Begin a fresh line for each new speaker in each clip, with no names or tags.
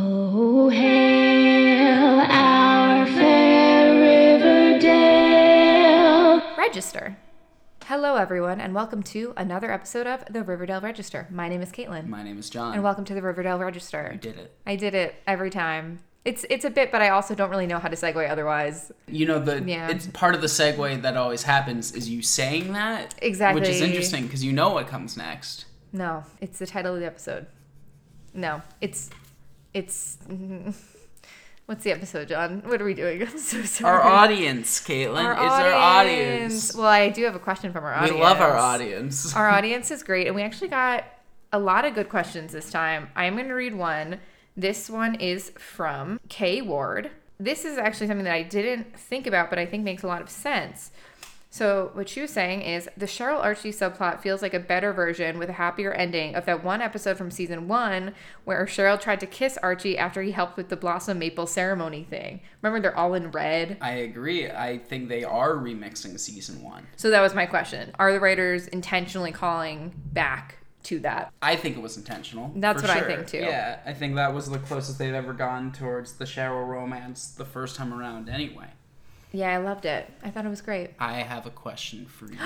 Oh, hail our fair Riverdale.
Register. Hello, everyone, and welcome to another episode of the Riverdale Register. My name is Caitlin,
My name is John.
and welcome to the Riverdale
You
Register.
did it.
I did it every time. It's it's a bit, but I also don't really know how to segue otherwise.
You know the
Yeah.
it's part of the segue that always happens is you saying that which
Exactly.
is interesting because you know what comes next.
No, it's the title of the episode. No, it's it's what's the episode, John? What are we doing? I'm so sorry.
Our audience, Caitlin,
Our
is our audience.
Well, I do have a question from our
we
audience.
love our audience.
Our audience is great, and we actually got a lot of good questions this time. I'm going to read one. This one is from Kay Ward. This is actually something that I didn't think about, but I think makes a lot of sense. So, what she was saying is the Cheryl Archie subplot feels like a better version with a happier ending of that one episode from season one where Cheryl tried to kiss Archie after he helped with the Blossom Maple ceremony thing. Remember, they're all in red?
I agree. I think they are remixing season one.
So, that was my question. Are the writers intentionally calling back to that?
I think it was intentional.
That's
for
what I
sure.
think, too.
Yeah, I think that was the closest they've ever gone towards the Cheryl romance the first time around. Anyway,
Yeah, I loved it. I thought it was great.
I have a question for you.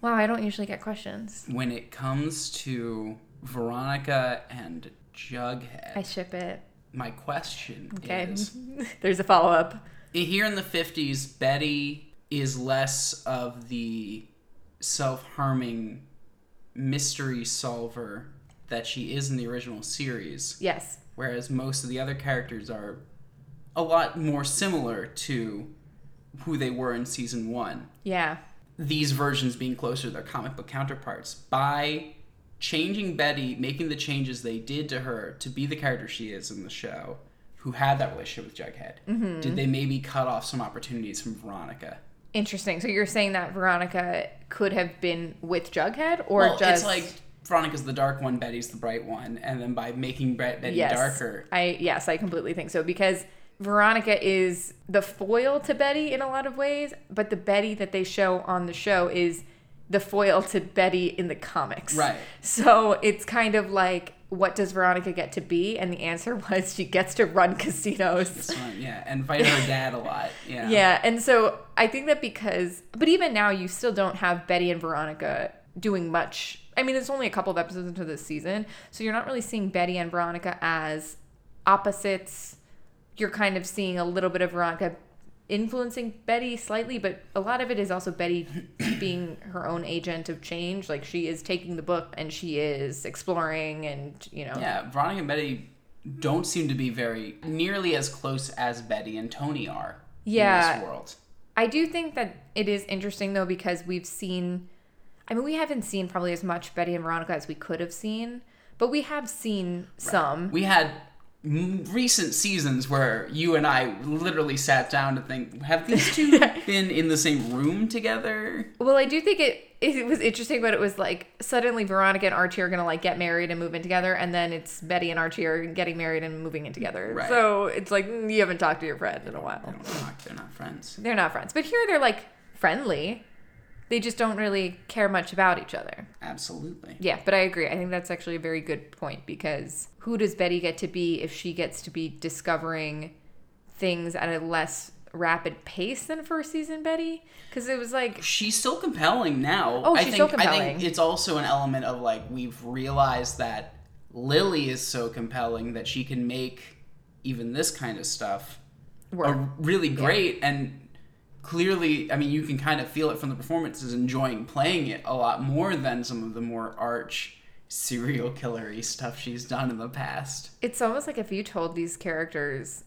Wow, I don't usually get questions.
when it comes to Veronica and Jughead,
I ship it.
my question
Okay.
is
There's a follow up.
here in the 50s, Betty is less of the self harming mystery solver that she is in the original series,
Yes.
whereas most of the other characters are a lot more similar to who they were in season one.
Yeah.
these versions being closer to their comic book counterparts by changing Betty, making the changes they did to her to be the character she is in the show, who had that relationship with Jughead.
Mm-hmm.
Did they maybe cut off some opportunities from Veronica?
Interesting. So you're saying that Veronica could have been with Jughead or
well,
just
it's like Veronica's the dark one, Betty's the bright one, and then by making Bre- Betty
yes.
darker,
I yes, I completely think so because Veronica is the foil to Betty in a lot of ways, but the Betty that they show on the show is the foil to Betty in the comics.
Right.
So it's kind of like what does Veronica get to be? And the answer was she gets to run casinos.
it's fun, yeah, and fight her dad a lot, yeah,
Yeah, and so I think that because, but even now, you still don't have Betty and Veronica doing much. I mean, it's only a couple of episodes into this season, so you're not really seeing Betty and Veronica as opposites. You're kind of seeing a little bit of Veronica influencing Betty slightly, but a lot of it is also Betty being her own agent of change. Like she is taking the book and she is exploring, and you know,
yeah. Veronica and Betty don't seem to be very nearly as close as Betty and Tony are. in
Yeah.
this world.
I do think that it is interesting though because we've seen I mean we haven't seen probably as much Betty and Veronica as we could have seen, but we have seen some.
we had m- recent seasons where you and I literally sat down to think, have these two been in the same room together?
Well, I do think it it was interesting but it was like suddenly Veronica and Archie are going to like get married and move in together and then it's Betty and Archie are getting married and moving in together.
Right.
So it's like mm, you haven't talked to your friend in a
I
while.
don't talk, they're not friends.
They're not friends, but here they're like friendly. They just don't really care much about each other.
Absolutely.
Yeah, but I agree. I think that's actually a very good point because who does Betty get to be if she gets to be discovering things at a less rapid pace than first season Betty? Because it was like,
She's still compelling now.
Oh,
I
she's
think,
so
I
compelling.
think it's also an element of like, we've realized that Lily is so compelling that she can make even this kind of stuff
work.
are really great and clearly i mean you can kind of feel it from the performances enjoying playing it a lot more than some of the more arch serial killery stuff she's done in the past
it's almost like if you told these characters,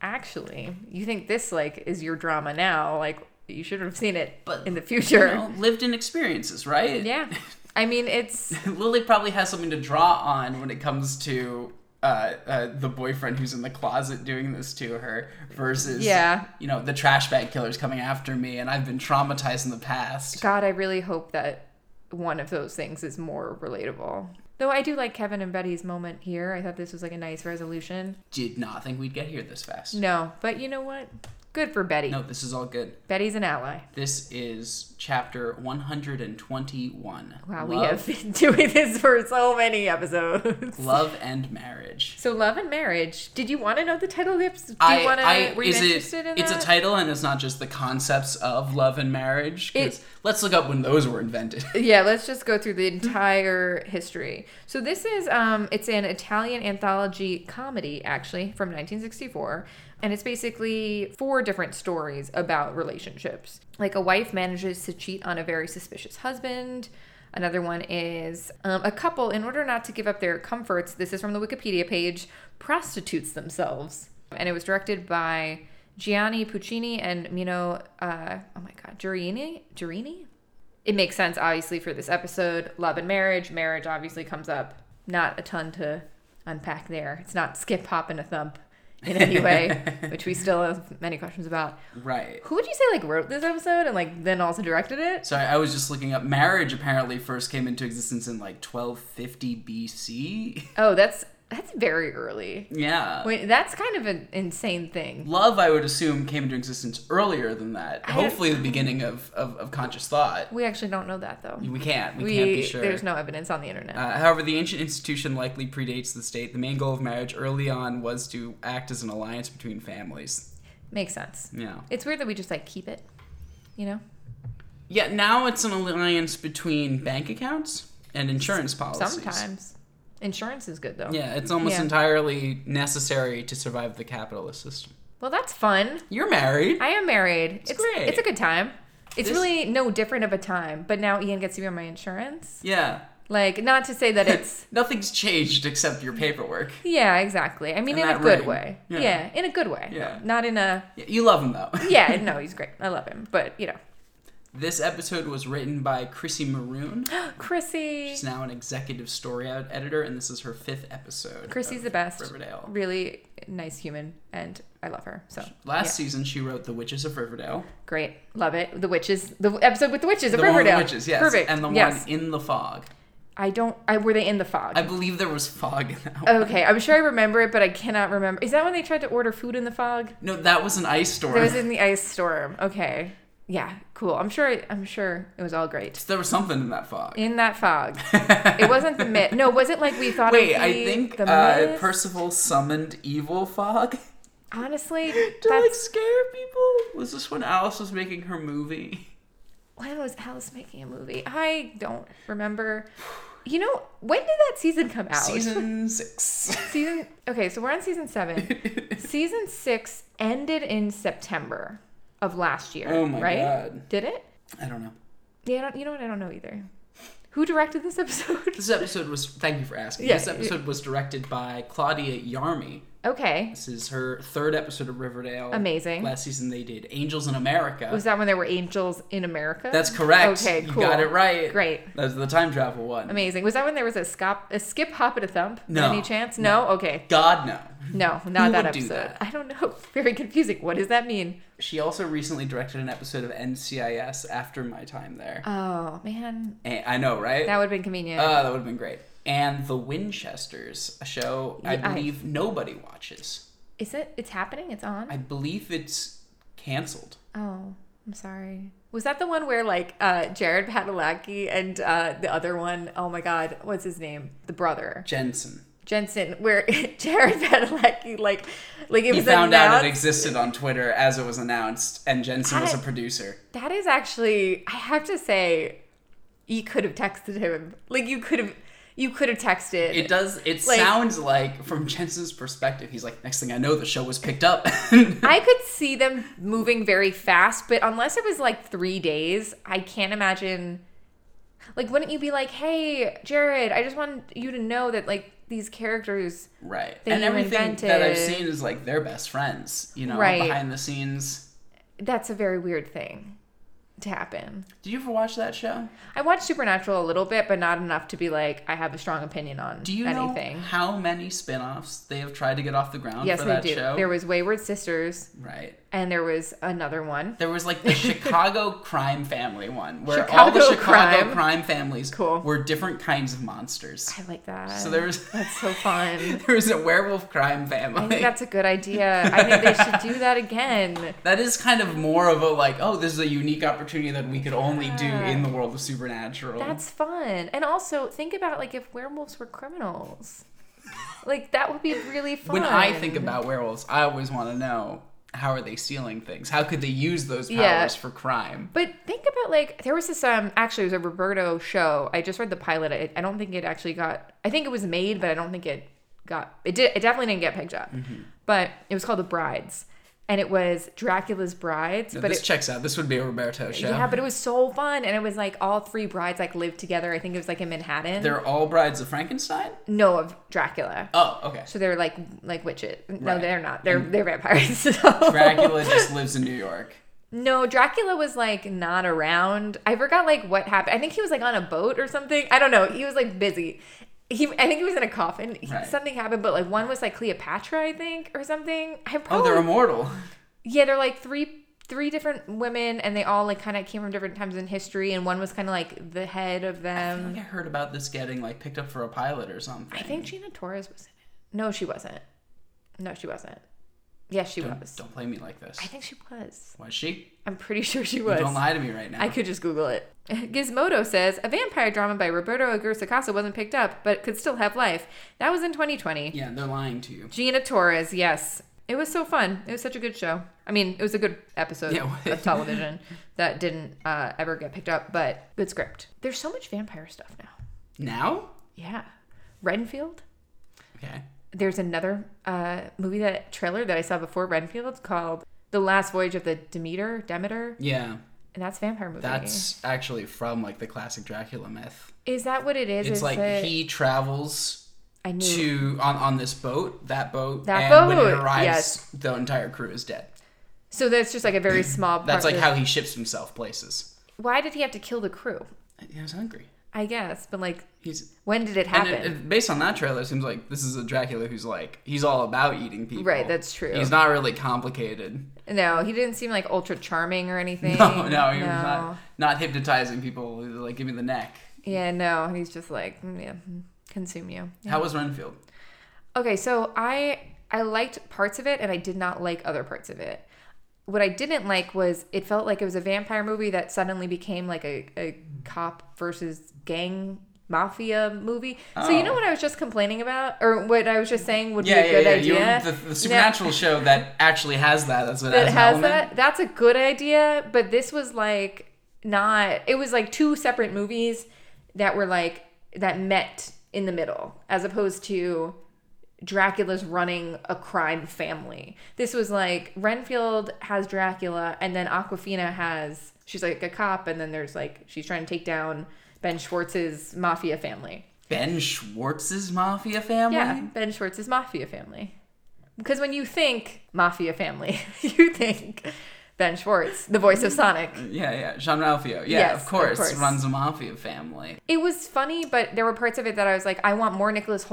actually, you think this like is your drama now, like you should have seen it
But,
in the
you
future.
know, lived in experiences right
Yeah. I mean, it's
lily probably has something to draw on when it comes to uh, uh, the boyfriend who's in the closet doing this to her versus
Yeah.
you know the trash bag killer's coming after me and i've been traumatized in the past
God, I really hope that one of those things is more relatable. Though I do like Kevin and Betty's moment here. I thought this was like a nice resolution.
did not think we'd get here this fast
No, but you know what? Good for Betty.
No, this is all good.
Betty's an ally.
This is chapter 121.
Wow,
love,
we have been doing this for so many episodes.
love and marriage.
So, love and marriage. Did you want to know the title lips? Do
I,
you want
I,
to? Were you
is it-
interested in
It's a
that?
title and it's not just the concepts of love and marriage. 'cause
It-
let's look up when those were invented.
yeah let's just go through the entire history so this is um it's an italian anthology comedy actually from 1964 and it's basically four different stories about relationships like a wife manages to cheat on a very suspicious husband Another one is um, a couple, in order not to give up their comforts, this is from the Wikipedia page, prostitutes themselves. And it was directed by Gianni Puccini and Mino, uh, oh my God, Girini? Girini? it makes sense obviously for this episode love and marriage marriage obviously comes up not a ton to unpack there it's not skip hop and a thump in any way which we still have many questions about
right.
who would you say like wrote this episode and like then also directed it
So I, I was just looking up marriage apparently first came into existence in like 1250 BC.
oh that's that's very early
yeah.
wait that's kind of an insane thing
Love, I would assume, came into existence earlier than that.
don't-
Hopefully, the beginning of, of, of conscious thought.
we actually don't know that though
We can't. We,
we
can't be sure.
there's no evidence on the internet
Uh, however, the ancient institution likely predates the state. The main goal of marriage early on was to act as an alliance between families.
makes sense
Yeah.
it's weird that we just like keep it you know
Yeah, now it's an alliance between bank accounts and insurance policies.
sometimes insurance is good though
Yeah, it's almost
Yeah.
entirely necessary to survive the capitalist system.
well that's fun
You're married.
I am married. It's it's,
great.
a good time. It's
This-
really no different of a time, but now Ian gets to be on my insurance.
yeah.
Like, not to say that it's
Nothing's changed except your paperwork.
yeah, exactly. I mean,
And
in a
that
good
ring.
way.
Yeah.
Yeah. in a good way.
Yeah.
Not in a
Yeah, You love him, though.
yeah. No, he's great. I love him, but you know,
This episode was written by Chrissy Maroon.
Chrissy,
She's now an executive story ed- editor, and this is her fifth episode.
Chrissy's
of
the best.
Riverdale.
Really nice human, and I love her so.
Last
yeah.
season, she wrote The Witches of Riverdale.
great, love it. The witches, the episode with the witches of
the
Riverdale.
one with the witches, yes.
Perfect.
And the one
yes.
in the fog.
I don't. I were they in the fog?
I believe there was fog in that one.
okay, I'm sure I remember it, but I cannot remember. Is that when they tried to order food in the fog?
No, that was an ice storm.
That was in the ice storm. Okay. Yeah, cool. I'm sure I'm sure it was all great.
there was something in that fog.
In that fog. it wasn't the mist. No, was it like we thought it
Wait,
would
I
be
think
the
uh,
mist?
Percival summoned evil fog
Honestly,
to like
that's
scare people. Was this when Alice was making her movie?
when was Alice making a movie? I don't remember. You know, when did that season come out?
Season six.
Season- Okay, so we're on season 7. season 6 ended in September of last year,
Oh my
right?
God.
Did it?
I don't know.
Yeah, I don't, you know what? I don't know either. Who directed this episode?
This episode was. Thank you for asking.
Yeah,
this episode was directed by Claudia Yarmy.
okay.
This is her third episode of Riverdale.
Amazing.
Last season they did Angels in America.
Was that when there were angels in America?
That's correct.
Okay,
You
cool.
got it right.
Great.
That's the time travel one.
Amazing. Was that when there was a, scop- a skip, hop, and a thump?
No.
Any chance? No? Okay.
God no.
No, not that
would do
episode.
that?
I don't know. Very confusing. What does that mean?
She also recently directed an episode of NCIS after my time there.
Oh, man.
And- I know, right?
That would have been convenient.
Uh, that would have been great. And The Winchesters, a show I
Yeah, I-
believe nobody watches.
Is it? It's happening? It's on?
I believe it's canceled.
oh, I'm sorry. Was that the one where, like, uh, Jared Padalecki and uh, the other one, oh my God, what's his name? The brother.
Jensen.
Jensen, where Jared Padalecki, like, like it
He
was
found out
announced.
it existed on Twitter as it was announced, and Jensen was a
I-
producer.
That is actually, I have to say, you could have texted him. Like you could have, you could have texted.
It does. It
Like-
sounds like, from Jensen's perspective, he's like, next thing I know, the show was picked up.
I could see them moving very fast, but unless it was like three days, I can't imagine. Like, wouldn't you be like, "Hey, Jared, I just want you to know that like these characters."
right.
That
And
you
everything that I've
invented.
seen is like their best friends, you know,
Right.
behind the scenes.
That's a very weird thing to happen.
Did you ever watch that show?
I watched Supernatural a little bit, but not enough to be like I have a strong opinion on
Do you
anything.
know how many spin-offs they have tried to get off the ground
yes,
for
they
that
do.
show?
There was Wayward Sisters,
right.
and there was another one.
There was like the Chicago crime family one where all the
Chicago
Chicago
crime.
crime, families
Cool.
were different kinds of monsters.
I like that.
So there was
That's so fun.
there was a werewolf crime
I think
family.
that's a good idea. I think they should do that again.
That is kind of more of a like, oh, this is a unique opportunity that we could only do
Yeah.
in the world of supernatural.
That's fun. And also think about like if werewolves were criminals. Like that would be really fun.
when I think about werewolves, I always want to know how are they stealing things? How could they use those powers
Yeah.
for crime?
But think about like there was this um actually it was a Roberto show. I just read the pilot. I, I don't think it actually got. I think it was made, but I don't think it got. It did. It definitely didn't get picked up.
Mm-hmm.
But it was called The Brides, and it was Dracula's Brides.
But
but
this
it,
checks out. This would be a Roberto show.
yeah, but it was so fun, and it was like all three brides like lived together. I think it was like in Manhattan.
They're all brides of Frankenstein.
no, of Dracula.
Oh, okay.
So they're like like witches. No,
Right. Mm.
they're not. They're they're vampires. so-
Dracula just lives in New York.
No, Dracula was like not around. I forgot like what happened. I think he was like on a boat or something. I don't know. He was like busy. He, I think he was in a coffin. He-
Right.
Something happened, but like one was like Cleopatra, I think, or something. I probably,
Oh, they're immortal.
yeah, they're like three three different women, and they all like kind of came from different times in history, and one was kind of like the head of
I
them.
think I heard about this getting like picked up for a pilot or something.
I think Gina Torres was in it. No, she wasn't. No, she wasn't. Yes, she was.
don't, don't play me like this.
I think she was.
Was she?
I'm pretty sure she was.
Don't lie to me right now.
I could just Google it. Gizmodo says a vampire drama by Roberto Aguirre Sacasa wasn't picked up, but could still have life. That was in 2020.
Yeah, they're lying to you.
Gina Torres, yes. It was so fun. It was such a good show. I mean, it was a good episode
Yeah, it
of
was.
television that didn't uh, ever get picked up, but good script. There's so much vampire stuff now.
Now?
Yeah. Renfield.
Okay.
There's another uh, movie that trailer that I saw before Renfield called The Last Voyage of the Demeter, Demeter,
Yeah,
and that's a vampire movie.
that's
Mm-hmm.
actually from like the classic Dracula myth.
is that what it is?
It's
is
like
it-
he travels
I knew
to on on this boat, that boat,
That
and when it
boat,
arrives,
yes.
the entire crew is dead.
So that's just like a very small part.
That's like
of-
how he ships himself places.
Why did he have to kill the crew?
He was hungry.
"Mm, hmm,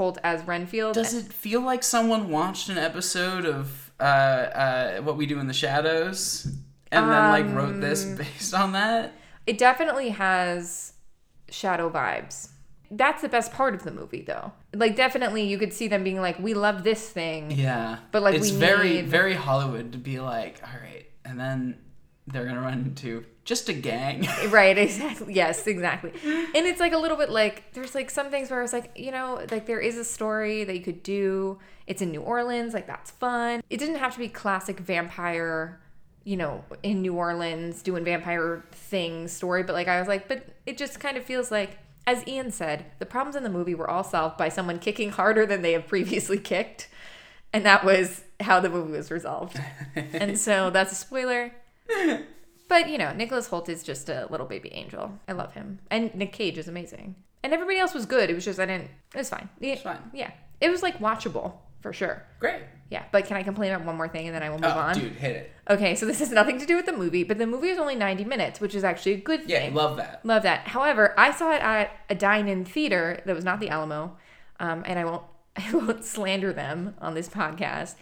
Um,
uh,
for sure.
Great.
Yeah, but can I complain about one more thing and then I will move
oh,
on?
dude, hit it.
Okay, so this has nothing to do with the movie, but the movie is only 90 minutes, which is actually a good
Yeah,
thing.
love that.
Love that. However, I saw it at a dine-in theater that was not the Alamo, um, and I won't I won't slander them on this podcast.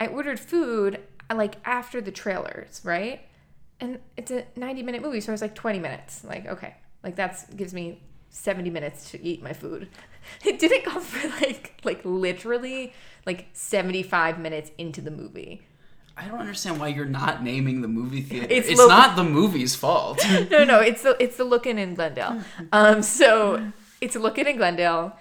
I ordered food like after the trailers, right? And it's a 90-minute movie, so I was like 20 minutes. Like okay, like that's gives me 70 minutes to eat my food. It didn't come for like like literally like 75 minutes into the movie.
I don't understand why you're not naming the movie theater.
It's
It's,
lo-
not the movie's fault.
no, no, it's the it's the looking in Glendale. Um, so it's looking in Glendale.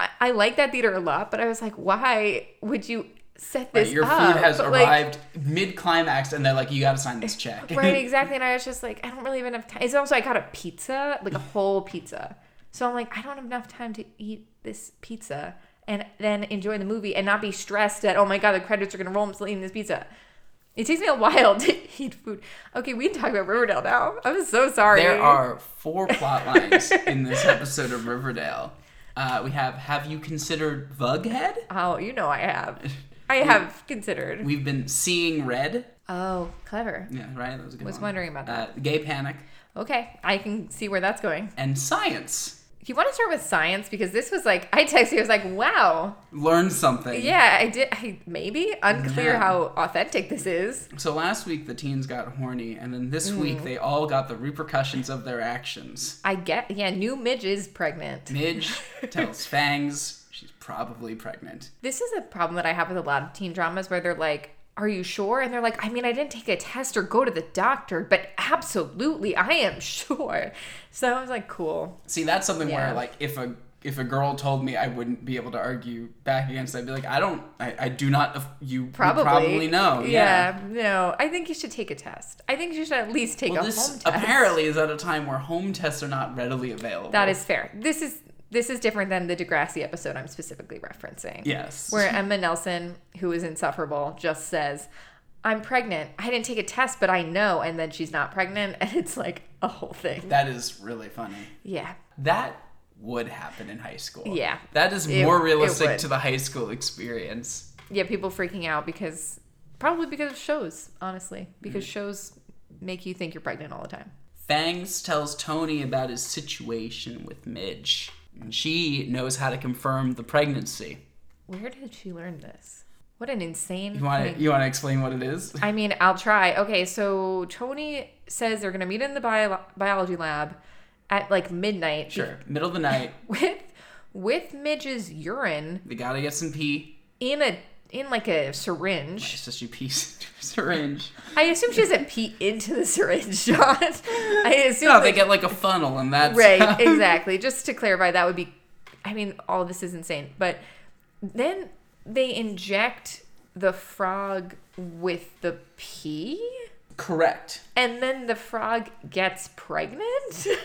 I, I like that theater a lot, but I was like, why would you set this
Your
up?
food has
But, like,
arrived mid climax, and they're like, you gotta sign this check.
right, exactly. And I was just like, I don't really have enough time. It's also I got a pizza, like a whole pizza. So I'm like, I don't have enough time to eat this pizza and then enjoy the movie and not be stressed that oh my god, the credits are gonna roll. I'm still eating this pizza. It takes me a while to eat food. Okay, we can talk about Riverdale now. I'm so sorry.
There are four plot lines in this episode of Riverdale. Uh, we have Have you considered Vughead?
Oh, you know I have. I have considered.
We've been seeing red.
Oh, clever.
Yeah, right? That was a good
Was
one.
wondering about that.
Uh, gay panic
Okay, I can see where that's going.
and science.
You want to start with science because this was like I texted you. I was like, "Wow,
Learn something.
yeah, I did. I, maybe unclear
Yeah.
how authentic this is."
So last week the teens got horny, and then
Mm.
this week they all got the repercussions of their actions.
I get. Yeah, new Midge is pregnant.
Midge tells Fangs she's probably pregnant.
This is a problem that I have with a lot of teen dramas where they're like, "Are you sure?" And they're like, "I mean, I didn't take a test or go to the doctor, but absolutely, I am sure." So I was like, "Cool."
See, that's something
Yeah.
where like if a if a girl told me, I wouldn't be able to argue back against. it. I'd be like, I don't, I, I do not. You
Probably.
probably, probably know.
Yeah. No, I think you should take a test. I think you should at least take
Well,
a
this
home test.
apparently is at a time where home tests are not readily available.
That is fair. This is this is different than the Degrassi episode I'm specifically referencing.
yes.
Where Emma Nelson, who is insufferable, just says, I'm pregnant. I didn't take a test, but I know. And then she's not pregnant. And it's like a whole thing.
that is really funny.
Yeah.
That would happen in high school.
Yeah.
That is
It-
more
it would.
realistic to the high school experience.
Yeah. People freaking out because probably because of shows, honestly,
Mm.
because shows make you think you're pregnant all the time.
Fangs tells Tony about his situation with Midge, and she knows how to confirm the pregnancy.
Where did she learn this? What an insane.
You want to you want to explain what it is?
I mean, I'll try. Okay, so Tony says they're gonna meet in the bio- biology lab at like midnight.
Sure. Middle of the night,
With with Midge's urine
they gotta get some pee.
in a in like a syringe.
So she pees into a syringe.
I assume she doesn't pee into the syringe, John. I assume
No, they
like-
get like a funnel, and that's
right exactly. Just to clarify, that would be. I mean, all this is insane, but then they inject the frog with the pee.
correct.
and then the frog gets pregnant.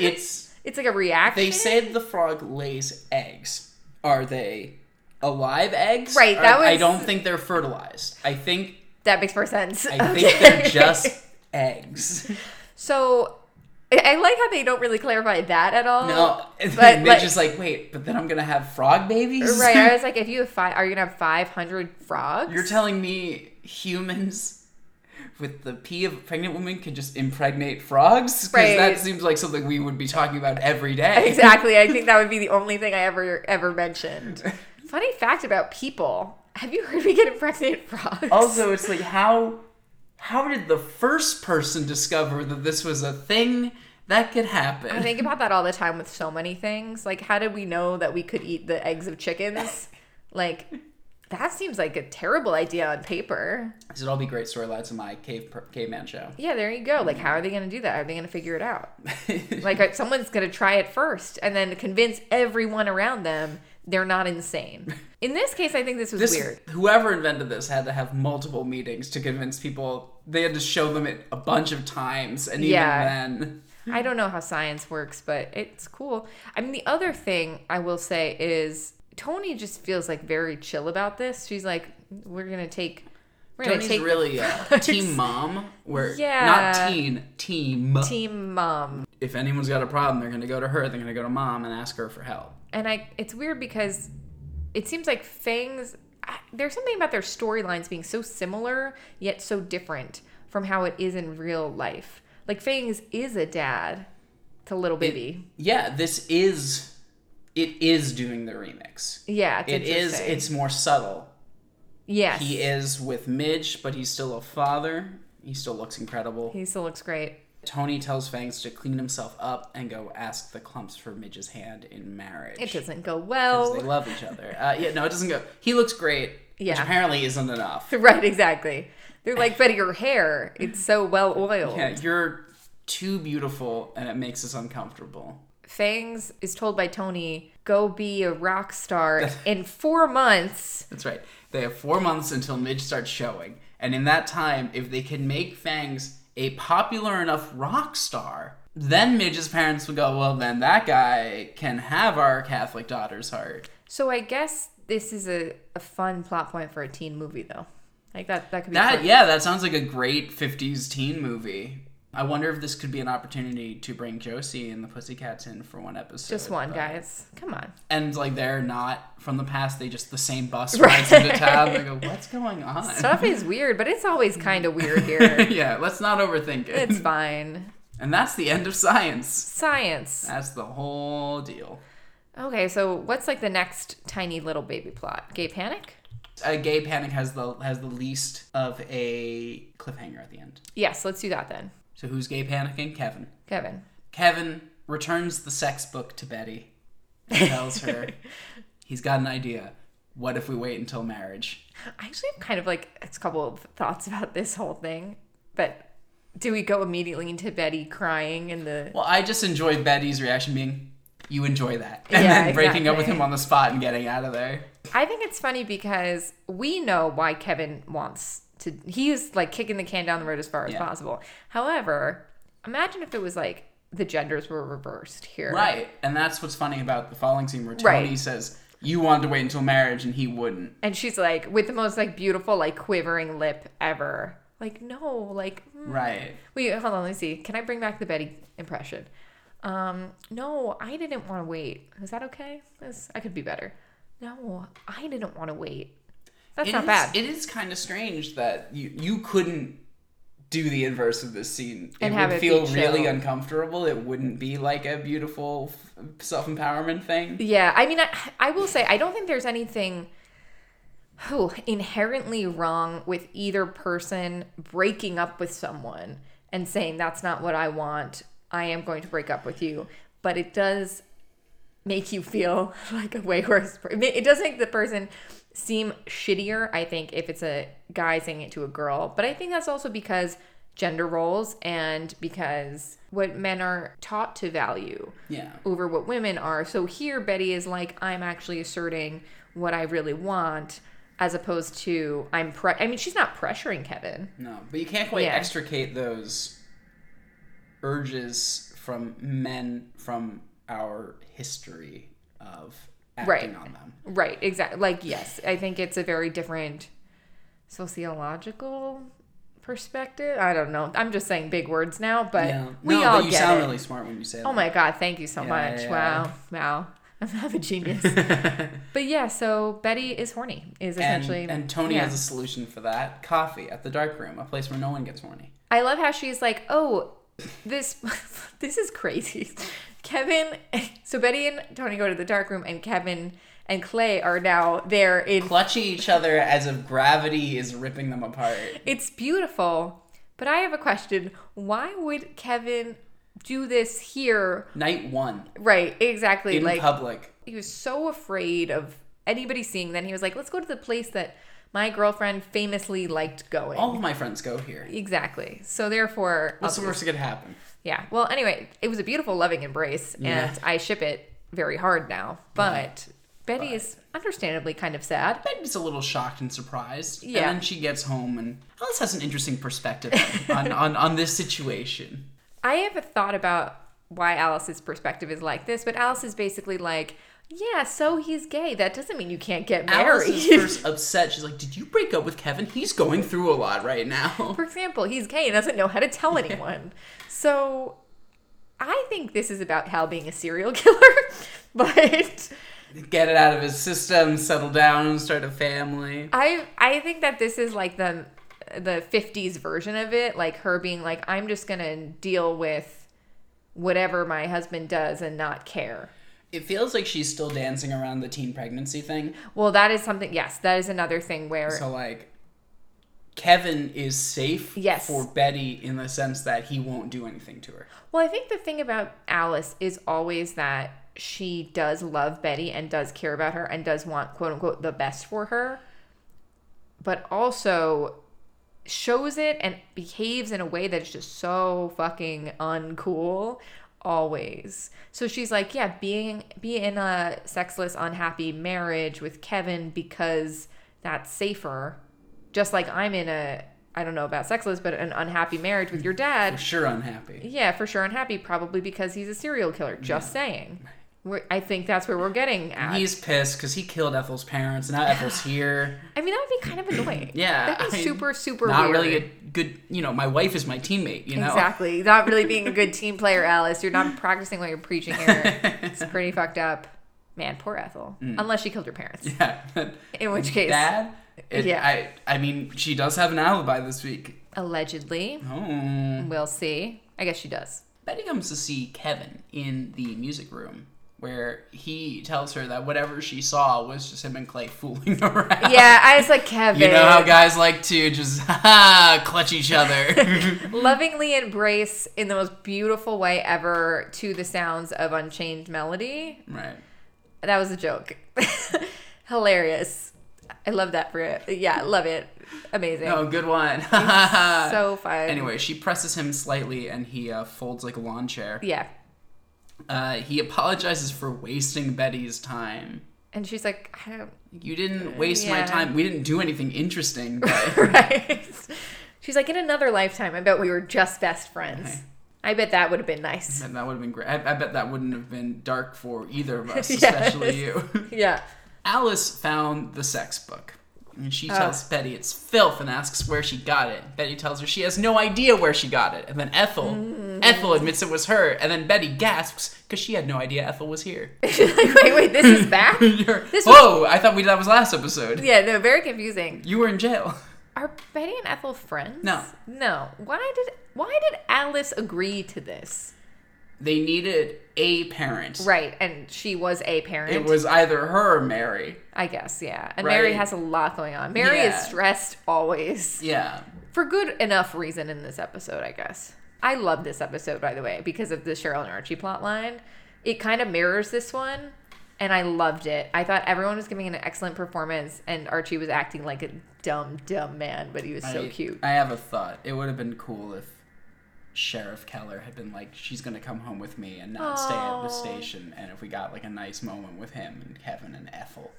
It's
it's like a reaction.
they said the frog lays eggs. Are they alive eggs?
Right,
Or-
that
I
was-
don't think they're fertilized. I think
that makes more sense.
I think they're just eggs.
so. I- I like how they don't really clarify that at all.
No, and
Oh, but
they're
like,
just like, wait, but then I'm gonna have frog babies.
right. I was like, if you have five, are you gonna have five hundred frogs?
You're telling me humans with the pee of a pregnant woman could just impregnate frogs? Because
Right.
that seems like something we would be talking about every day.
exactly. I think that would be the only thing I ever ever mentioned. Funny fact about people: Have you heard we get impregnate frogs?
Also, it's like how how did the first person discover that this was a thing that could happen?
I think about that all the time with so many things. Like, how did we know that we could eat the eggs of chickens? Like, that seems like a terrible idea on paper.
this would all be great storylines in my cave per- caveman show.
Yeah, there you go. Like, how are they going to do that? Are they going to figure it out? Like, uh, someone's going to try it first and then convince everyone around them they're not insane. In this case, I think this was
This,
weird.
Whoever invented this had to have multiple meetings to convince people. They had to show them it a bunch of times, and even
Yeah.
then,
I don't know how science works, but it's cool. I mean, the other thing I will say is Tony just feels like very chill about this. She's like, we're going to take. We're gonna
Tony's
take the
really uh, team mom. Where
Yeah.
not teen, team.
team um, mom
If anyone's got a problem, they're gonna go to her. They're gonna go to mom and ask her for help.
and i it's weird because it seems like Fang's. I- There's something about their storylines being so similar yet so different from how it is in real life. Like Fang's is a dad to little baby.
Yeah, this is it is doing the remix.
yeah, it's
It is
interesting.
it's more subtle.
yes.
He is with Midge, but he's still a father. He still looks incredible.
He still looks great.
Tony tells Fangs to clean himself up and go ask the clumps for Midge's hand in marriage.
It doesn't go
'Cause They
well.
love each other. Uh, yeah, no, it doesn't go. He looks great, which
Yeah.
apparently isn't enough.
right, exactly. They're like, but your hair, it's so well oiled.
Yeah, you're too beautiful, and it makes us uncomfortable.
Fangs is told by Tony, go be a rock star in four months.
That's right. They have four months until Midge starts showing, and in that time, if they can make Fangs a popular enough rock star, then Midge's parents will go, well, then that guy can have our Catholic daughter's heart.
So I guess this is a, a fun plot point for a teen movie, though. Like that, that could be
That
fun.
yeah, that sounds like a great '50s teen movie. I wonder if this could be an opportunity to bring Josie and the Pussycats in for one episode.
just one,
but-
guys. Come on.
And like they're not from the past; they just the same bus rides into town. They go, "What's going on?"
Stuff is weird, but it's always kind of weird here.
yeah, let's not overthink it.
it's fine.
And that's the end of science.
Science.
That's the whole deal.
Okay, so what's like the next tiny little baby plot? Gay panic?
A gay panic has the has the least of a cliffhanger at the end.
Yes, let's do that then.
So who's gay panicking? Kevin.
Kevin.
Kevin returns the sex book to Betty and tells her he's got an idea. What if we wait until marriage?
I actually have kind of like a couple of thoughts about this whole thing, but do we go immediately into Betty crying in the
Well, I just enjoy Betty's reaction being, you enjoy that. And
Yeah,
then breaking up with
exactly.
him on the spot and getting out of there.
I think it's funny because we know why Kevin wants to. He is like kicking the can down the road as far as
Yeah.
possible. However, imagine if it was like the genders were reversed here.
Right. And that's what's funny about the falling scene where
Right.
Tony says, you wanted to wait until marriage and he wouldn't.
And she's like with the most like beautiful like quivering lip ever. Like no, like mm.
Right.
wait, hold on, let me see. Can I bring back the Betty impression? Um, no, I didn't want to wait. Is that okay? This, I could be better. No, I didn't want to wait. That's
It
not
is-
bad.
It is kind of strange that you you couldn't do the inverse of this scene.
And
it
have
would
it
feel
be
really
chill.
uncomfortable. It wouldn't be like a beautiful self empowerment thing.
Yeah, I mean, I, I will say I don't think there's anything oh, inherently wrong with either person breaking up with someone and saying that's not what I want. I am going to break up with you, but it does make you feel like a way worse. per- It does make the person seem shittier, I think, if it's a guy saying it to a girl. But I think that's also because gender roles and because what men are taught to value
Yeah.
over what women are. So here, Betty is like, I'm actually asserting what I really want, as opposed to I'm. Pre- I mean, she's not pressuring Kevin.
No, but you can't quite
Yeah.
extricate those urges from men from our history of acting
Right.
on them.
Right. Exactly. Like, yes, I think it's a very different sociological perspective. I don't know. I'm just saying big words now, but
Yeah.
we
no,
all
but you
get
sound
it.
really smart when you say that.
Oh my god, thank you so
Yeah,
much.
yeah,
Wow. Wow. I'm a genius. but yeah, so Betty is horny is
And,
essentially
and Tony
yeah.
has a solution for that. Coffee at the dark room, a place where no one gets horny.
I love how she's like, "Oh, this this is crazy." Kevin, so Betty and Tony go to the dark room, and Kevin and Clay are now there. In
clutching each other as if gravity is ripping them apart.
it's beautiful, but I have a question: Why would Kevin do this here?
Night one
Right, exactly.
in
like
public.
he was so afraid of anybody seeing. Then he was like, "Let's go to the place that my girlfriend famously liked going."
All of my friends go here.
Exactly. So therefore,
What's
I'll-
the worst that could happen?
Yeah. Well, anyway, it was a beautiful, loving embrace,
Yeah.
and I ship it very hard now. But Betty is understandably kind of sad.
Betty's a little shocked and surprised.
Yeah.
And then she gets home and Alice has an interesting perspective on, on, on this situation.
I have thought about why Alice's perspective is like this, but Alice is basically like, yeah, so he's gay. That doesn't mean you can't get married.
Alice is first upset. She's like, Did you break up with Kevin? He's going through a lot right now.
For example, he's gay and doesn't know how to tell anyone. So I think this is about Hal being a serial killer, but
get it out of his system, settle down, start a family.
I I think that this is like the the 50s version of it, like her being like I'm just going to deal with whatever my husband does and not care.
It feels like she's still dancing around the teen pregnancy thing.
Well, that is something yes, that is another thing where
So like Kevin is safe
Yes.
for Betty in the sense that he won't do anything to her.
Well, I think the thing about Alice is always that she does love Betty and does care about her and does want quote unquote the best for her, but also shows it and behaves in a way that's just so fucking uncool always. So she's like, yeah, being be in a sexless unhappy marriage with Kevin because that's safer. Just like I'm in a I don't know about sexless, but an unhappy marriage with your dad.
I'm sure unhappy.
Yeah, for sure, unhappy probably because he's a serial killer. Just saying. We're, I think that's where we're getting at.
He's pissed because he killed Ethel's parents. Now Ethel's here.
I mean, that would be kind of annoying.
Yeah,
that'd be
I-
super, super.
Not
weird.
really a good, you know, my wife is my teammate, you know?
Exactly. Not really being a good team player, Alice. You're not practicing what you're preaching here. It's pretty fucked up. Man, poor Ethel.
Mm.
Unless she killed her parents,
Yeah.
in which case,
Dad? It-
Yeah.
I, I mean, she does have an alibi this week.
allegedly,
Oh.
we'll see. I guess she does.
Betty comes to see Kevin in the music room where he tells her that whatever she saw was just him and Clay fooling around.
Yeah, I was like Kevin.
You know how guys like to just ha clutch each other.
lovingly embrace in the most beautiful way ever to the sounds of unchained melody.
right.
That was a joke. Hilarious. I love that for it. Yeah, love it. Amazing.
Oh, good one.
so fun.
anyway, she presses him slightly and he uh, folds like a lawn chair.
Yeah.
Uh, he apologizes for wasting Betty's time.
And she's like, I don't.
You didn't waste my
Uh, yeah.
time. We didn't do anything interesting. But
right. She's like, in another lifetime, I bet we were just best friends.
Okay.
I bet that would have been nice.
and that would have been great. I, I bet that wouldn't have been dark for either of us,
Yes.
especially you.
Yeah.
Alice found the sex book. And she
Oh.
tells Betty it's filth and asks where she got it. Betty tells her she has no idea where she got it. And then Ethel,
Mm.
Ethel admits it was her. And then Betty gasps because she had no idea Ethel was here.
She's like, wait, wait, this is back?
You're-
This was-
Whoa! I thought we that was last episode.
yeah, no, very confusing.
You were in jail.
Are Betty and Ethel friends?
No.
No. Why did why did Alice agree to this?
They needed a parent.
Right, and she was a parent.
It was either her or Mary.
I guess, yeah. And Mary
Right.
has a lot going on. Mary
Yeah.
is stressed always
Yeah.
for good enough reason in this episode, I guess. I love this episode, by the way, because of the Cheryl and Archie plot line. It kind of mirrors this one, and I loved it. I thought everyone was giving an excellent performance, and Archie was acting like a dumb, dumb man, but he was so
I-
cute.
I have a thought. It would have been cool if Sheriff Keller had been like, "She's gonna come home with me and not stay at
Aw.
the station," and if we got like a nice moment with him and Kevin and Ethel.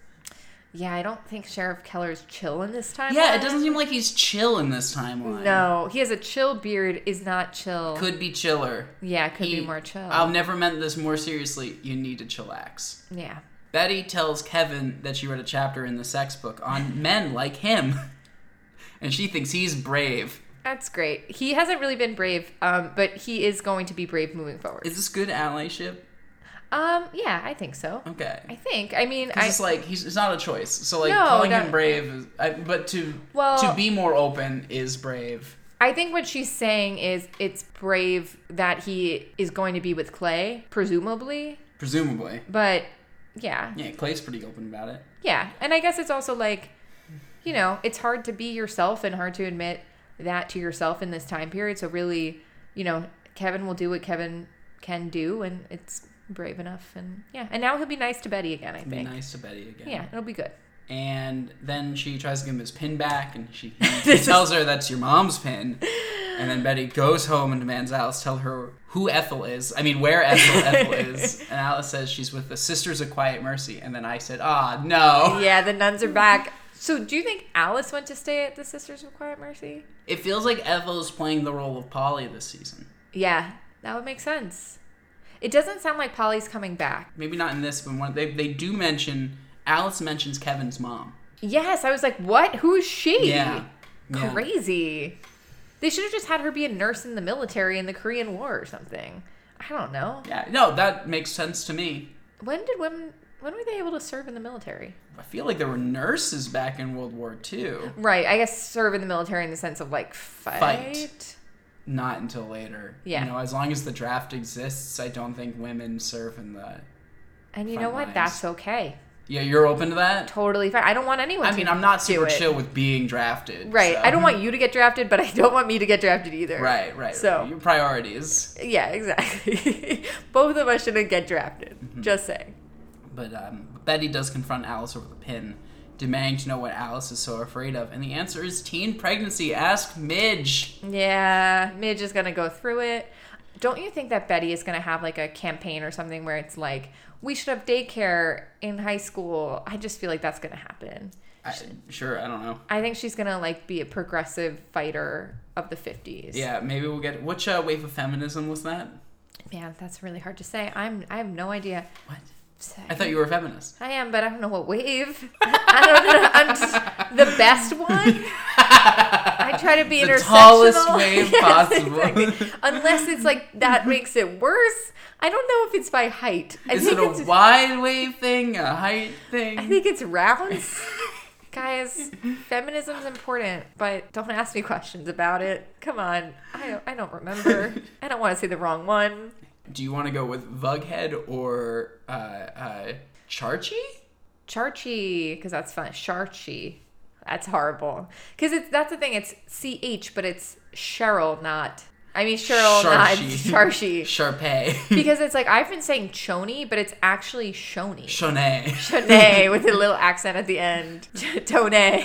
yeah, I don't think Sheriff Keller's chill in this time.
Yeah, it doesn't seem like he's chill in this timeline.
No, he has a chill beard. Is not chill.
could be chiller.
yeah, could
He-
be more chill.
I've never meant this more seriously. You need to chillax.
yeah.
Betty tells Kevin that she read a chapter in the sex book on men like him, and she thinks he's brave.
That's great. He hasn't really been brave, um, but he is going to be brave moving forward.
Is this good allyship?
Um, yeah, I think so.
Okay.
I think. I mean,
It's
I
just like he's it's not a choice. So like
No,
calling
that-
him brave, is, I, but to
Well-
to be more open is brave.
I think what she's saying is it's brave that he is going to be with Clay, presumably.
Presumably,
But yeah,
yeah. Clay's pretty open about it.
yeah, and I guess it's also like, you know, it's hard to be yourself and hard to admit that to yourself in this time period. So really, you know, Kevin will do what Kevin can do, and it's brave enough. And yeah, and now he'll be nice to Betty again. I
Be
think.
nice to Betty again.
Yeah, it'll be good.
And then she tries to give him his pin back, and she he tells her that's your mom's pin. And then Betty goes home and demands Alice tell her who Ethel is. I mean, where Ethel, Ethel is. And Alice says she's with the Sisters of Quiet Mercy. And then I said, ah, no.
Yeah, the nuns are back. So, do you think Alice went to stay at the Sisters of Quiet Mercy?
It feels like Ethel's playing the role of Polly this season.
Yeah, that would make sense. It doesn't sound like Polly's coming back.
maybe not in this, but one they they do mention Alice mentions Kevin's mom.
Yes, I was like, what? Who's she?
Yeah, Yeah.
Crazy. They should have just had her be a nurse in the military in the Korean War or something. I don't know.
Yeah, no, that makes sense to me.
When did women When were they able to serve in the military?
I feel like there were nurses back in World War II.
Right. I guess serve in the military in the sense of like fight.
Not until later.
Yeah.
You know, as long as the draft exists, I don't think women serve in the.
And you
Front
know what?
lines.
That's okay.
Yeah, you're open to that.
Totally fine. I don't want anyone.
I
to
mean, I'm not
do
super
it.
chill with being drafted.
Right.
so-
I don't want you to get drafted, but I don't want me to get drafted either.
Right, right.
So-
So your priorities,
Yeah, exactly. Both of us shouldn't get drafted.
Mm-hmm.
Just saying.
but um, Betty does confront Alice over the pin, demanding to know what Alice is so afraid of, and the answer is teen pregnancy. Ask Midge.
Yeah, Midge is gonna go through it. Don't you think that Betty is gonna have like a campaign or something where it's like, we should have daycare in high school? I just feel like that's gonna happen.
I, sure, I don't know.
I think she's gonna like be a progressive fighter of the 50s.
Yeah, maybe we'll get which uh, wave of feminism was that?
Man, that's really hard to say. I'm I have no idea.
What? I thought you were a feminist.
I am, but I don't know what wave. I don't know. I'm just the best one. I try to be
The
intersectional.
tallest wave
Yes,
possible.
exactly. Unless it's like that makes it worse. I don't know if it's by height. I
Is
think
it a
it's
wide wave thing, a height
I
thing?
think it's rounds. Guys, feminism's important, but don't ask me questions about it. Come on. I don't, I don't remember. I don't want to say the wrong one.
Do you want to go with Vughead or uh, uh, Charchi?
Charchi, because that's fun. Charchi. That's horrible. Because it's that's the thing. It's CH, but it's Cheryl, not. I mean, Cheryl, not Charchi.
Sharpay.
Because it's like I've been saying Choni, but it's actually Shoni.
Shonay.
Chone with a little accent at the end. Tone.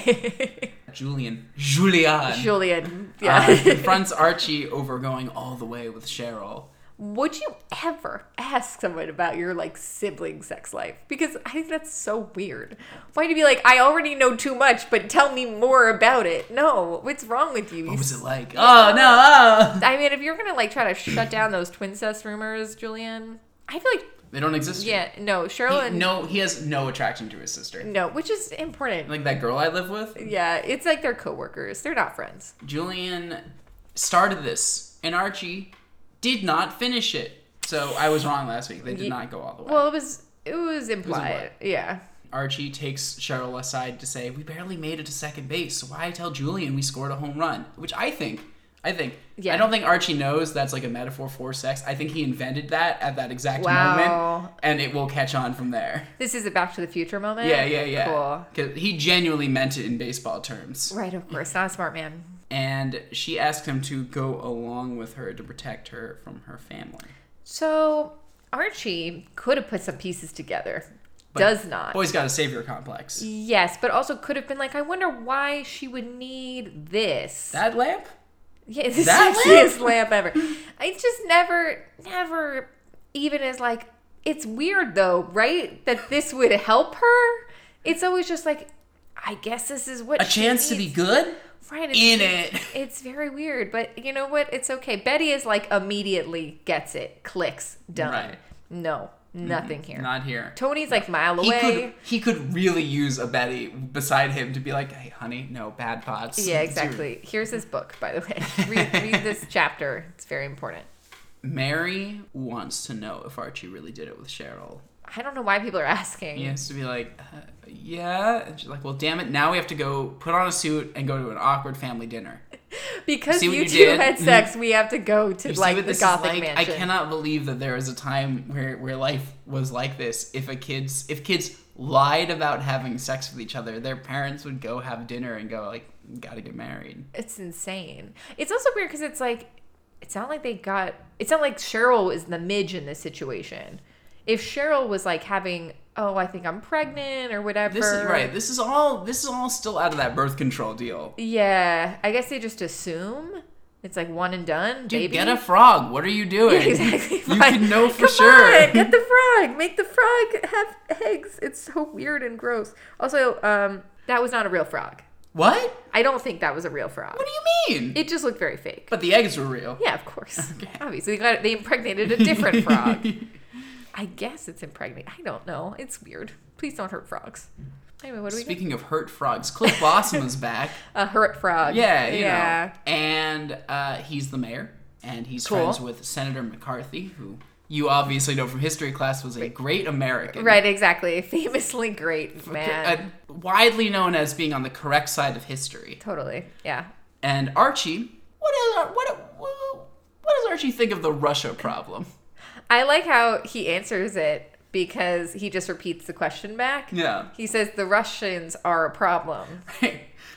Julian. Julian.
Julian.
uh,
Yeah.
confronts Archie over going all the way with Cheryl.
Would you ever ask someone about your like sibling sex life? Because I think that's so weird. Why to be like, I already know too much, but tell me more about it? No, what's wrong with you?
What was it like? Oh no! oh.
I mean, if you're gonna like try to shut down those twin cess rumors, Julian, I feel like
They don't exist.
yeah, no, Cheryl
He,
and
no, he has no attraction to his sister.
no, which is important.
Like that girl I live with,
yeah, it's like they're coworkers. They're not friends.
Julian started this, and Archie did not finish it. So I was wrong last week. They did
Ye-
not go all the way.
Well, it was it was implied. yeah.
Archie takes Cheryl aside to say, "We barely made it to second base. So why tell Julian we scored a home run?" Which I think, I think,
Yeah.
I don't think Archie knows that's like a metaphor for sex. I think he invented that at that exact
Wow.
moment, and it will catch on from there.
This is a Back to the Future moment.
Yeah, yeah, yeah.
Cool.
'Cause he genuinely meant it in baseball terms.
Right, of course. Not a smart man.
And she asks him to go along with her to protect her from her family.
So Archie could have put some pieces together. Does not.
Boy's got a savior complex.
Yes, but also could have been like, I wonder why she would need this.
That lamp?
yeah, this
that
sexiest lamp ever. It just never, never even is like, it's weird though, right? That this would help her. It's always just like, I guess this is what
A chance to be good?
right
In
it's-
it.
It's very weird, but you know what? It's okay. Betty is like immediately gets it, clicks, done.
Right.
No, nothing here.
Not here.
Tony's like mile
He could,
away.
he could really use a Betty beside him to be like, hey, honey, no, bad pots.
Yeah,
Dude,
exactly. Here's his book, by the way. read, read this chapter. It's very important.
Mary wants to know if Archie really did it with Cheryl.
I don't know why people are asking.
He has to be like, uh, yeah. And she's like, well, damn it. Now we have to go put on a suit and go to an awkward family dinner.
Because
See
you,
what you
two
did? Mm-hmm.
had sex, we have to go to
You see
like
what
the
this is
gothic
like?
mansion.
I cannot believe that there is a time where, where life was like this. If a kids if kids lied about having sex with each other, their parents would go have dinner and go like, gotta get married.
It's insane. It's also weird because it's like, it's not like they got. It's not like Cheryl is the midge in this situation. If Cheryl was like having, oh, I think I'm pregnant or whatever.
This is right. This is all. This is all still out of that birth control deal.
yeah, I guess they just assume it's like one and done.
Dude,
baby.
get a frog. What are you doing?
exactly.
You
fine.
can know for
Come
sure.
on, get the frog. Make the frog have eggs. It's so weird and gross. Also, um, that was not a real frog.
What?
I don't think that was a real frog.
What do you mean?
It just looked very fake.
but the eggs were real.
Yeah, of course.
Okay.
Obviously, they, got, they impregnated a different frog. I guess it's impregnated. I don't know. It's weird. Please don't hurt frogs. Anyway, what do we get?
Speaking of hurt frogs, Cliff Blossom is back.
A hurt frog.
Yeah, you
yeah.
know. And uh, he's the mayor, and he's
Cool.
friends with Senator McCarthy, who you obviously know from history class, was a great American.
Right, exactly. Famously great man.
Uh, widely known as being on the correct side of history.
totally. Yeah.
And Archie, what is, what, what does Archie think of the Russia problem?
I like how he answers it because he just repeats the question back.
Yeah.
He says the Russians are a problem.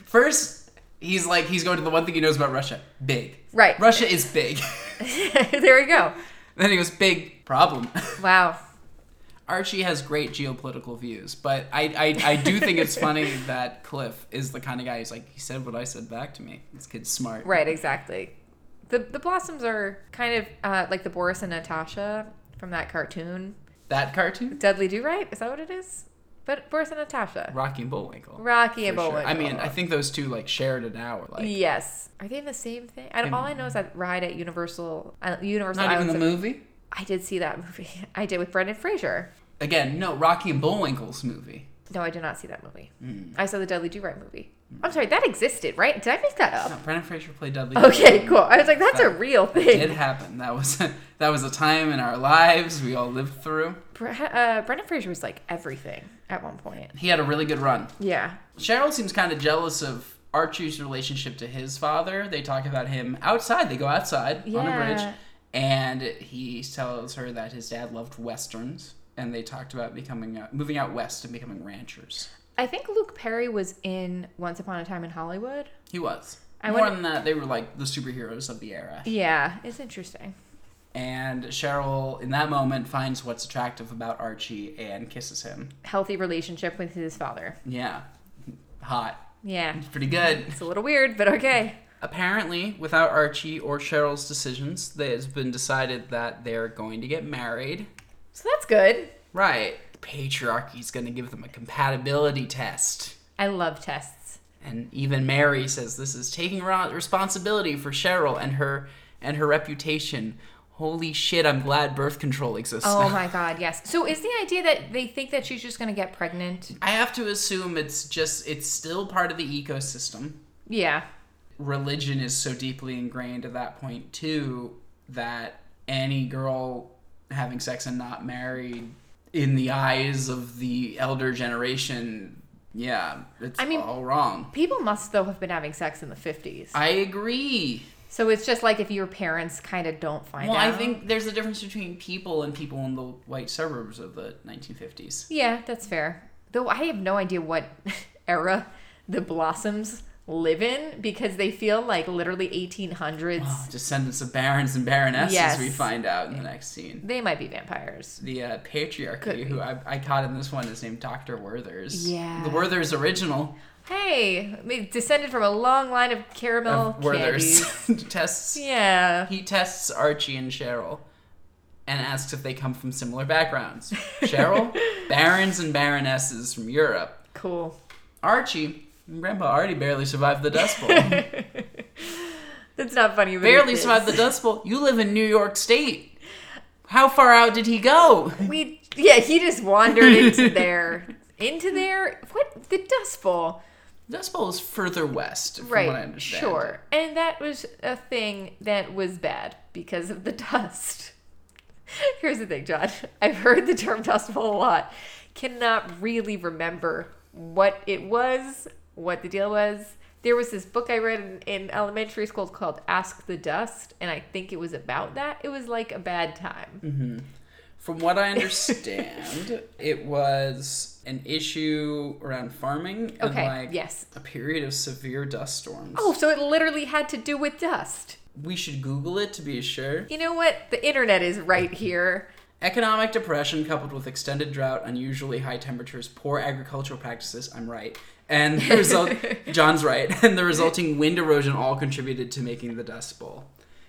First, he's like he's going to the one thing he knows about Russia: big.
Right.
Russia is big.
there we go.
then he goes big problem.
Wow.
Archie has great geopolitical views, but I, I I do think it's funny that Cliff is the kind of guy who's like he said what I said back to me. This kid's smart.
Right, exactly. The the blossoms are kind of uh, like the Boris and Natasha from that cartoon.
That cartoon,
Dudley Do Right? Is that what it is? But Boris and Natasha.
Rocky and Bullwinkle.
Rocky and
For sure.
Bullwinkle.
I mean, I think those two like shared an hour. Like
Yes. Are they in the same thing? I, all I know is that ride at Universal uh, Universal
not even
Islands
the
of-
movie.
I did see that movie. I did with Brendan Fraser.
Again, no Rocky and Bullwinkle's movie.
No, I did not see that movie. I saw the Dudley Do Right movie. I'm sorry, that existed, right? Did I make that
No,
up?
Brendan Fraser played Dudley.
Okay, cool. I was like, that's a
That-
real
It
thing.
happened. That was that was a time in our lives we all lived through.
Bre- uh, Brendan Fraser was like everything at one point.
He had a really good run.
Yeah.
Cheryl seems kind of jealous of Archie's relationship to his father. They talk about him outside. They go outside on a
Yeah.
bridge, and he tells her that his dad loved westerns, and they talked about becoming uh, moving out west and becoming ranchers.
I think Luke Perry was in Once Upon a Time in Hollywood.
He was.
I
More
wonder-
than that, they were like the superheroes of the era.
Yeah, it's interesting.
And Cheryl, in that moment, finds what's attractive about Archie and kisses him.
Healthy relationship with his father.
Yeah, hot.
Yeah.
Pretty good.
It's a little weird, but okay.
Apparently, without Archie or Cheryl's decisions, it has been decided that they're going to get married.
So that's good.
Right. Patriarchy's going to give them a compatibility test.
I love tests.
And even Mary says this is taking ro- responsibility for Cheryl and her and her reputation. Holy shit, I'm glad birth control exists.
Oh
now.
my god, yes. So is the idea that they think that she's just going to get pregnant?
I have to assume it's just it's still part of the ecosystem.
Yeah.
religion is so deeply ingrained at that point too that any girl having sex and not married in the eyes of the elder generation yeah it's
I mean-
all wrong
People must though have been having sex in the 50s.
i agree
So it's just like if your parents kind of don't find
well
out.
i think there's a difference between people and people in the white suburbs of the 1950s
Yeah, that's fair. Though I have no idea what era the blossoms live in because they feel like literally 1800s.
descendants of barons and baronesses
Yes.
we find out in the next scene
They might be vampires.
the uh,
Could
patriarchy who I, I caught in this one is named dr werthers
Yeah.
the werthers original
Hey, they descended from a long line of caramel
of where
candies.
there's tests.
Yeah.
He tests Archie and Cheryl and asks if they come from similar backgrounds. Cheryl, barons and baronesses from Europe.
Cool.
Archie, Grandpa already barely survived the Dust Bowl.
That's not funny. but
barely
it is.
survived the Dust Bowl. You live in New York State. How far out did he go?
We yeah, he just wandered into there. Into there? What the Dust Bowl.
Dust Bowl is further west, from what I
Right.
understand.
Sure. And that was a thing that was bad because of the dust. Here's the thing, John. I've heard the term dust bowl a lot. Cannot really remember what it was, what the deal was. There was this book I read in, in elementary school called Ask the Dust, and I think it was about that. It was like a bad time.
Mm-hmm. From what I understand, it was an issue around farming and
Okay,
like
yes.
a period of severe dust storms.
Oh, so it literally had to do with dust.
We should Google it to be sure.
You know what? The internet is right here.
Economic depression coupled with extended drought, unusually high temperatures, poor agricultural practices. I'm right. And the result, John's right. And the resulting wind erosion all contributed to making the Dust Bowl.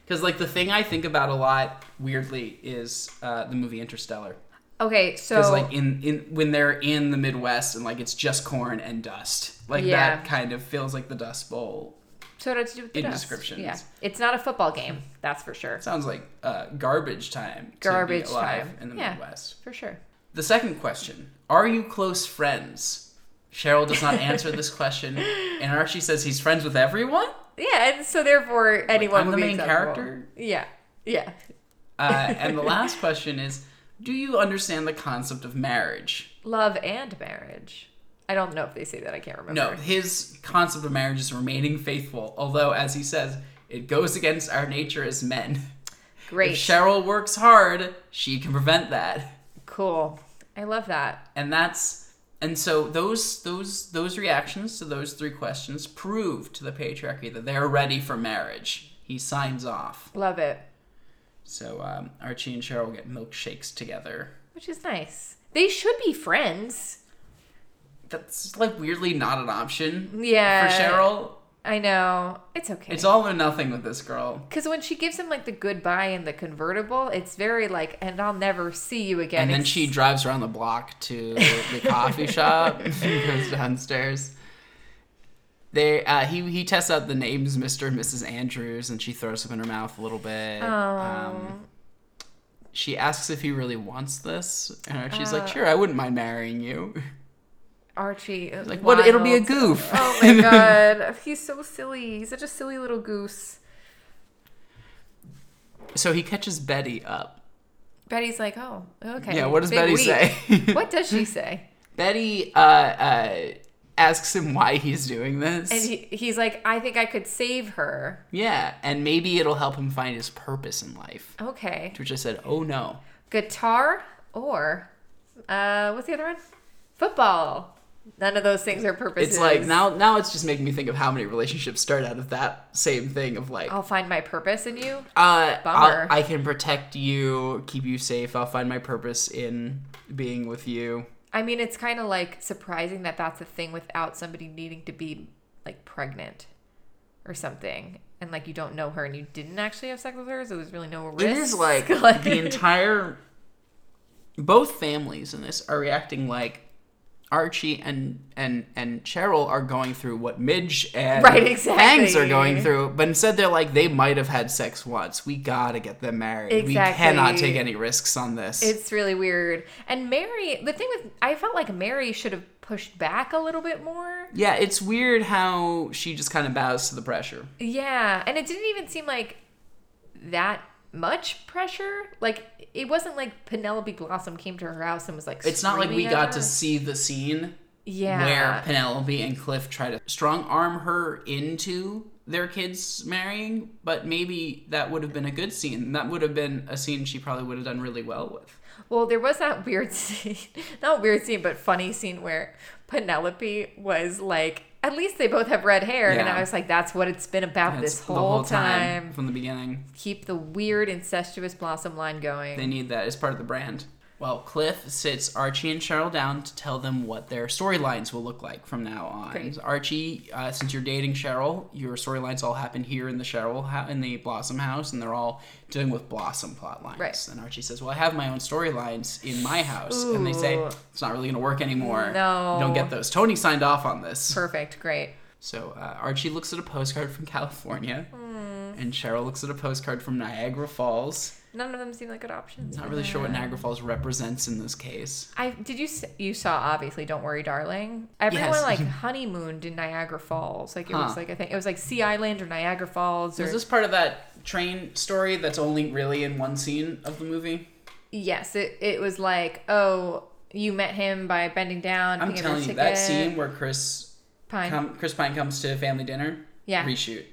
Because, like, the thing I think about a lot, weirdly, is uh, the movie Interstellar.
Okay, so
Because, like, in, in when they're in the Midwest and, like, it's just corn and dust. Like,
Yeah.
that kind of feels like the Dust Bowl.
So it has to do with the
In
dust.
descriptions.
Yeah, it's not a football game, that's for sure.
Sounds like uh, garbage time. to be
Garbage
alive
time.
In the
Yeah.
Midwest.
For sure.
The second question Are you close friends? Cheryl does not answer this question, and Archie says he's friends with everyone?
Yeah, and so therefore anyone
I'm
would
the
be
main
acceptable.
character?
Yeah, yeah.
Uh, and the last question is Do you understand the concept of marriage?
Love and marriage. I don't know if they say that. I can't remember.
No, his concept of marriage is remaining faithful, although, as he says, it goes against our nature as men.
Great.
If Cheryl works hard, she can prevent that.
cool. I love that.
and that's and so those those those reactions to those three questions prove to the patriarchy that they're ready for marriage he signs off
Love it.
so um, archie and cheryl get milkshakes together
Which is nice. They should be friends.
that's like weirdly not an option
Yeah.
for cheryl
I know. It's okay.
it's all or nothing with this girl
Because when she gives him like the goodbye in the convertible, it's very like, and I'll never see you again.
and then
It's-
she drives around the block to the coffee shop and goes downstairs. They, uh, he, he tests out the names Mr. and Mrs. Andrews, and she throws them in her mouth a little bit. Um, she asks if he really wants this, and she's
Uh.
like, "Sure, I wouldn't mind marrying you."
Archie. is
Like, what? It'll be a
wild.
goof.
Oh my god, he's so silly. He's such a silly little goose.
so he catches Betty up.
Betty's like, oh, okay.
Yeah, what does
Big
Betty
week.
say?
what does she say?
Betty uh, uh, asks him why he's doing this.
And he, he's like, I think I could save her.
yeah, and maybe it'll help him find his purpose in life.
Okay.
which I said, "Oh no,
Guitar or uh, what's the other one? Football. None of those things are purposes.
it's like now now it's just making me think of how many relationships start out of that same thing of like,
I'll find my purpose in you.
uh,
Oh, bummer.
I'll, I can protect you, keep you safe. I'll find my purpose in being with you.
I mean, it's kind of like surprising that that's a thing without somebody needing to be like pregnant or something. And like you don't know her and you didn't actually have sex with her, so there's really no risk.
It is like
Like-
the entire both families in this are reacting like Archie and and and Cheryl are going through what Midge and
Right, exactly.
Hanks are going through, but instead they're like they might have had sex once. We gotta get them married. We
Exactly.
cannot take any risks on this.
It's really weird. And Mary, the thing with I felt like Mary should have pushed back a little bit more.
yeah, it's weird how she just kind of bows to the pressure.
Yeah, and it didn't even seem like that much pressure. Like it wasn't like Penelope Blossom came to her house and was like.
It's not like we
screaming at
got to
her.
see the scene
Yeah.
where Penelope and Cliff try to strong arm her into their kids marrying, but maybe that would have been a good scene. That would have been a scene she probably would have done really well with.
Well, there was that weird scene, not weird scene, but funny scene where Penelope was like, at least they both have red hair. And
Yeah.
I was like, that's what it's been about
And
this
it's
whole, time.
from the beginning.
Keep the weird, incestuous blossom line going.
They need that as part of the brand. Well, Cliff sits Archie and Cheryl down to tell them what their storylines will look like from now on.
Great.
Archie, uh, since you're dating Cheryl, your storylines all happen here in the Cheryl hou- in the Blossom house, and they're all dealing with Blossom plot lines.
Right.
And Archie says, "Well, I have my own storylines in my house," and they say,
Ooh.
"It's not really going to work anymore.
No.
you don't get those." Tony signed off on this.
Perfect. Great.
So uh, Archie looks at a postcard from California,
Hmm.
and Cheryl looks at a postcard from Niagara Falls.
None of them seem like good options.
Not really sure what Niagara Falls represents in this case.
I did you s- you saw obviously Don't Worry Darling. Everyone
Yes.
like honeymooned in Niagara Falls. Like it
Huh.
was like I think it was like Sea Island or Niagara Falls or
Is this part of that train story that's only really in one scene of the movie?
yes, it it was like oh you met him by bending down.
I'm
picking up
telling
his
you, that
ticket.
scene where Chris
Pine.
come, Chris Pine comes to family dinner,
Yeah.
reshoot.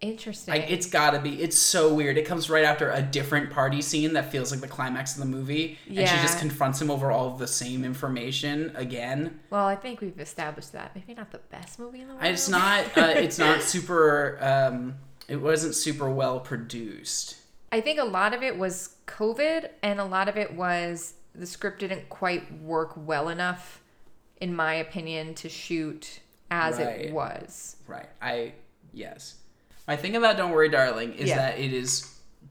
Interesting.
Like it's gotta be. It's so weird. It comes right after a different party scene that feels like the climax of the movie, and she
Yeah.
just confronts him over all of the same information again.
well, I think we've established that maybe not the best movie in the world.
And It's not. Uh, it's not super. Um, it wasn't super well produced.
I think a lot of it was COVID, and a lot of it was the script didn't quite work well enough, in my opinion, to shoot as
Right.
it was.
Right. I yes. My thing about Don't Worry Darling is
Yeah.
that it is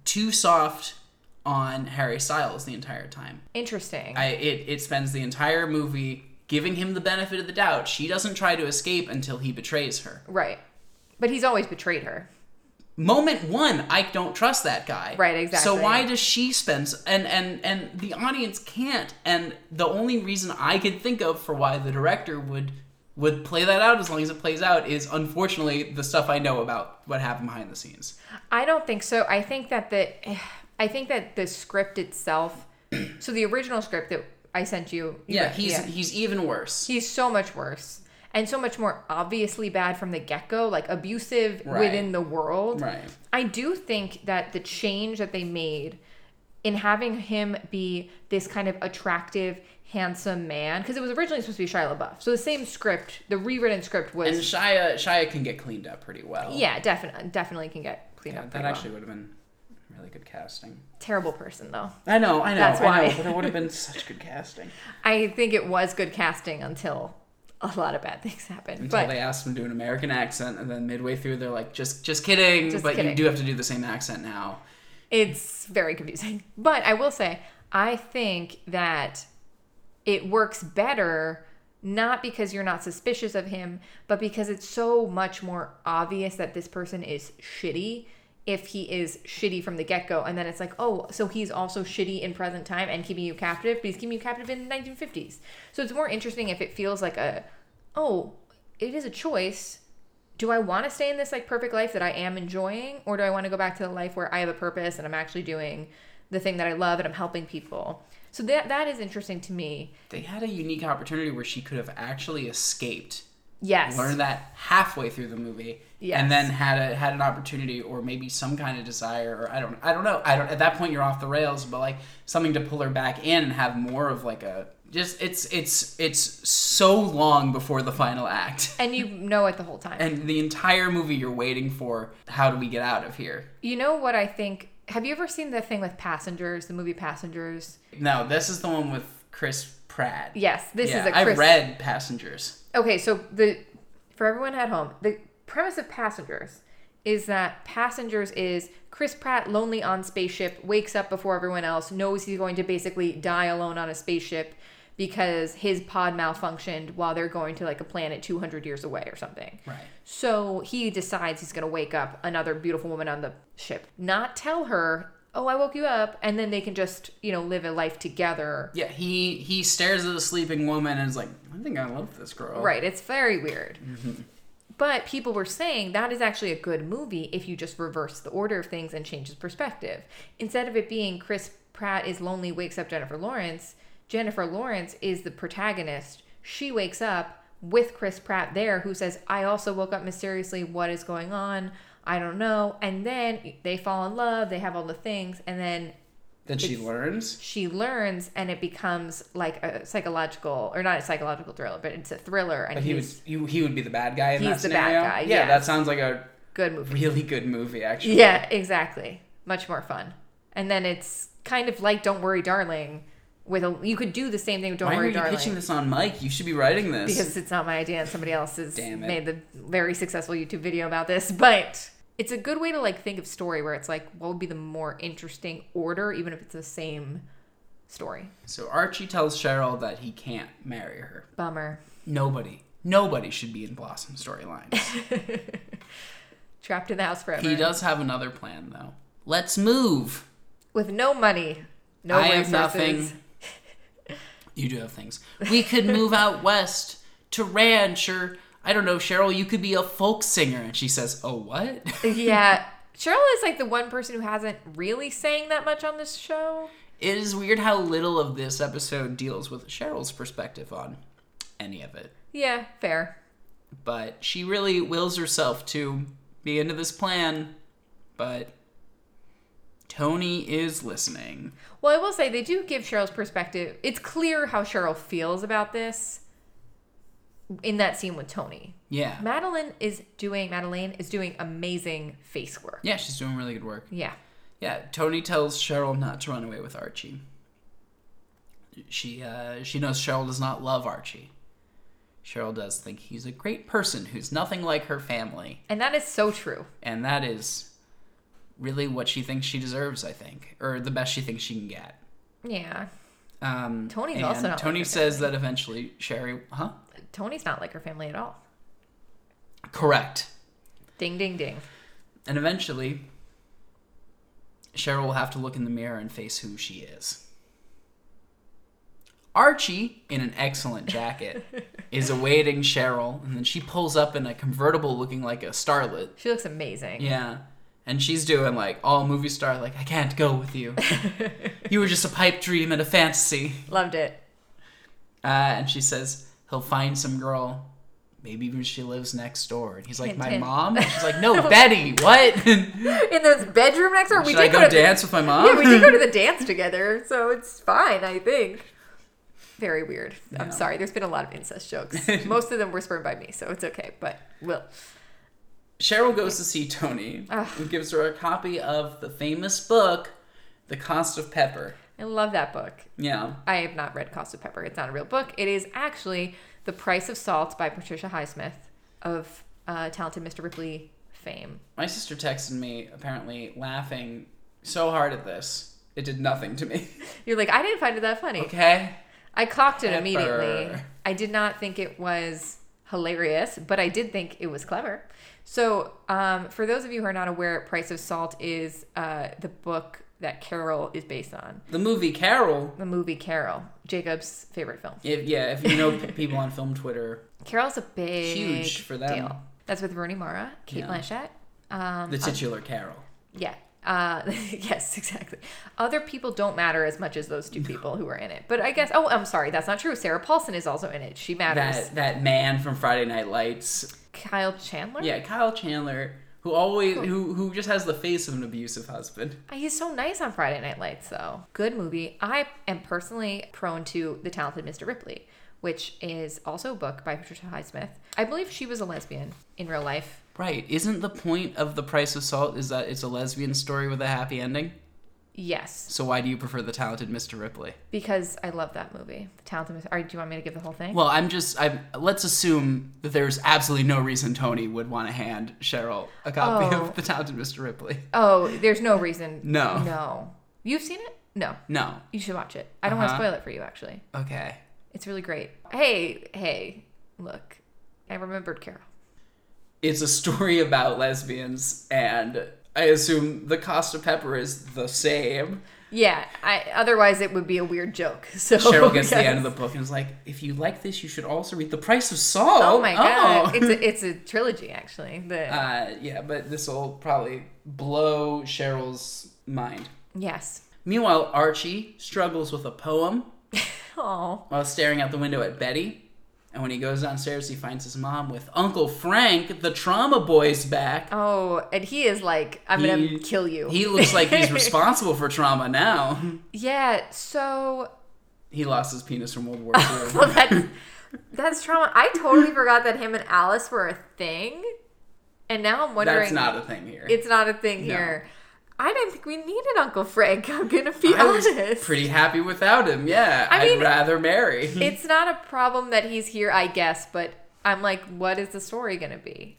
too soft on Harry Styles the entire time.
Interesting.
I it, it spends the entire movie giving him the benefit of the doubt. She doesn't try to escape until he betrays her.
Right. But he's always betrayed her.
Moment one, I don't trust that guy.
Right,
So
exactly.
why does she spend s- and and and the audience can't? And the only reason I could think of for why the director would would play that out as long as it plays out is unfortunately the stuff I know about what happened behind the scenes.
I don't think so. I think that the I think that the script itself, so the original script that I sent you, you
Yeah,
read-
he's he's even worse.
he's so much worse and so much more obviously bad from the get-go like abusive
Right.
within the world
Right.
i do think that the change that they made in having him be this kind of attractive handsome man because it was originally supposed to be shia labeouf so the same script the rewritten script was
And Shia Shia can get cleaned up pretty well.
yeah definitely definitely can get cleaned
Yeah,
up
that
pretty well.
actually would have been really good casting.
terrible person though
I know, I know,
That's
I know,
why.
but it would have been such good casting.
i think it was good casting until a lot of bad things happened
Until
but
they asked him to do an American accent, and then midway through they're like, "Just, just kidding,"
Just
but
kidding.
you do have to do the same accent now.
It's very confusing. But I will say, I think that it works better not because you're not suspicious of him, but because it's so much more obvious that this person is shitty if he is shitty from the get go. And then it's like, oh, so he's also shitty in present time and keeping you captive, but he's keeping you captive in the 1950s. So it's more interesting if it feels like a, oh, it is a choice do I want to stay in this like perfect life that I am enjoying, or do I want to go back to the life where I have a purpose and I'm actually doing the thing that I love and I'm helping people? So that that is interesting to me.
They had a unique opportunity where she could have actually escaped,
Yes.
learned that halfway through the movie,
Yes.
and then had a had an opportunity or maybe some kind of desire or I don't I don't know I don't at that point you're off the rails, but like something to pull her back in and have more of like a just it's it's it's so long before the final act.
And you know it the whole time.
And the entire movie you're waiting for, how do we get out of here?
you know what I think? Have you ever seen the thing with Passengers, the movie Passengers?
No, this is the one with Chris Pratt.
Yes, this
Yeah,
is a
I
Chris.
read Passengers.
Okay, so the for everyone at home, the premise of Passengers is that Passengers is Chris Pratt lonely on spaceship, wakes up before everyone else, knows he's going to basically die alone on a spaceship because his pod malfunctioned while they're going to like a planet 200 years away or something.
Right.
So he decides he's going to wake up another beautiful woman on the ship, not tell her, "Oh, I woke you up," and then they can just, you know, live a life together.
Yeah, he he stares at the sleeping woman and is like, I think I love this girl.
Right. It's very weird.
Mm-hmm.
But people were saying that is actually a good movie if you just reverse the order of things and change his perspective. Instead of it being Chris Pratt is lonely, wakes up Jennifer Lawrence, Jennifer Lawrence is the protagonist. She wakes up with Chris Pratt there, who says, I also woke up mysteriously. What is going on? I don't know. And then they fall in love, they have all the things, and then
Then she
It's-
learns.
she learns and it becomes like a psychological or not a psychological thriller but it's a thriller and
But he would
he's
you, he would be the bad guy in
He's
that
the bad
scenario.
guy,
Yeah,
yes.
that sounds like a
good movie
really good movie actually.
Yeah, exactly. Much more fun. And then it's kind of like Don't Worry Darling with a you could do the same thing with Don't
Why are
Worry
you
Darling.
pitching this on Mike? You should be writing this.
because it's not my idea and somebody else has
Damn it.
made the very successful YouTube video about this, but it's a good way to like think of story where it's like what would be the more interesting order even if it's the same story.
so Archie tells Cheryl that he can't marry her.
Bummer.
Nobody, nobody should be in Blossom storylines.
Trapped in the house forever.
He does have another plan though. Let's move.
With no money. No
I have
resources.
nothing. You do have things. We could move out west to ranch or I don't know, Cheryl, you could be a folk singer. And she says, Oh what?
yeah. Cheryl is like the one person who hasn't really sang that much on this show.
it is weird how little of this episode deals with Cheryl's perspective on any of it.
Yeah, fair.
But she really wills herself to be into this plan, but Tony is listening.
Well, I will say they do give Cheryl's perspective. It's clear how Cheryl feels about this in that scene with Tony.
Yeah.
Madeline is doing Madeline is doing amazing face work.
Yeah, she's doing really good work.
Yeah.
Yeah, Tony tells Cheryl not to run away with Archie. She uh, she knows Cheryl does not love Archie. Cheryl does think he's a great person who's nothing like her family,
And that is so true.
and that is really what she thinks she deserves. I think, or the best she thinks she can get.
Yeah.
Um,
Tony's
and
also not like
Tony
her
says that eventually Sherry, huh?
Tony's not like her family at all.
Correct.
Ding ding ding.
And eventually, Cheryl will have to look in the mirror and face who she is. Archie, in an excellent jacket, is awaiting Cheryl, and then she pulls up in a convertible looking like a starlet.
She looks amazing.
Yeah. And she's doing like all movie star, like, I can't go with you. you were just a pipe dream and a fantasy.
Loved it.
Uh, and she says, he'll find some girl. Maybe even she lives next door. And he's like,
Hint,
my
hint.
mom? And she's like, no, Betty, what? Should
In this bedroom next door, we
I
did go,
go
to
dance with my mom?
yeah, we did go to the dance together, so it's fine, I think. Very weird.
Yeah.
I'm sorry. There's been a lot of incest jokes. Most of them were spurned by me, so it's okay. But will
Cheryl goes to see Tony, who gives her a copy of the famous book, The Cost of Pepper.
I love that book.
Yeah.
I have not read Cost of Pepper. It's not a real book. It is actually The Price of Salt by Patricia Highsmith of uh, Talented Mr. Ripley fame.
My sister texted me, apparently laughing so hard at this, it did nothing to me.
You're like, I didn't find it that funny.
Okay?
I clocked it
Pepper.
immediately. I did not think it was hilarious, but I did think it was clever. So, um, for those of you who are not aware, Price of Salt is uh, the book that Carol is based on,
The movie Carol.
the movie Carol, Jacob's favorite film.
If, yeah, if you know p- people on film Twitter,
Carol's a big
Huge for them.
deal. That's with Rooney Mara, Kate
Yeah.
Blanchett. Um,
the titular Carol.
Yeah. Uh, yes, exactly. Other people don't matter as much as those two people who are in it. But I guess, oh, I'm sorry, that's not true. Sarah Paulson is also in it. She matters.
That that man from Friday Night Lights.
Kyle Chandler?
Yeah, Kyle Chandler, who always who who just has the face of an abusive husband.
Ah, He's so nice on Friday Night Lights, though. Good movie. I am personally prone to The Talented Mr. Ripley, which is also a book by Patricia Highsmith. I believe she was a lesbian in real life.
Right. Isn't the point of The Price of Salt is that it's a lesbian story with a happy ending?
Yes,
So why do you prefer the talented Mr. Ripley? because
because I love that movie. The Talented Mr. Are, do you want me to give the whole thing?
Well, I'm just I let's assume that there's absolutely no reason Tony would want to hand Cheryl a copy
Oh.
of the talented Mr. Ripley.
oh, there's no reason.
No.
No. You've seen it? No.
No.
You should watch it. I don't
Uh-huh.
want to spoil it for you, actually.
Okay.
It's really great. Hey, hey, look, I remembered Carol.
It's a story about lesbians and I assume the cost of pepper is the same.
Yeah, I, otherwise it would be a weird joke. So
Cheryl gets to the
Oh, yes.
end of the book and is like, if you like this, you should also read The Price of Salt.
Oh my god,
Oh.
it's a, it's a trilogy actually. The
uh, yeah, but this will probably blow Cheryl's mind.
yes.
Meanwhile, Archie struggles with a poem
Oh,
while staring out the window at Betty. And when he goes downstairs, he finds his mom with Uncle Frank, the trauma boy's back.
oh, and he is like, I'm
He-
gonna kill you.
He looks like he's responsible for trauma now.
yeah. So
He lost his penis from World War II.
well, that's that's trauma. I totally forgot that him and Alice were a thing, and now I'm wondering.
That's not a thing here.
It's not a thing
No.
here. I didn't think we needed Uncle Frank. I'm gonna be
I was
honest.
pretty happy without him, yeah.
I
I would
mean,
rather marry.
it's not a problem that he's here, I guess, but I'm like, what is the story going to be?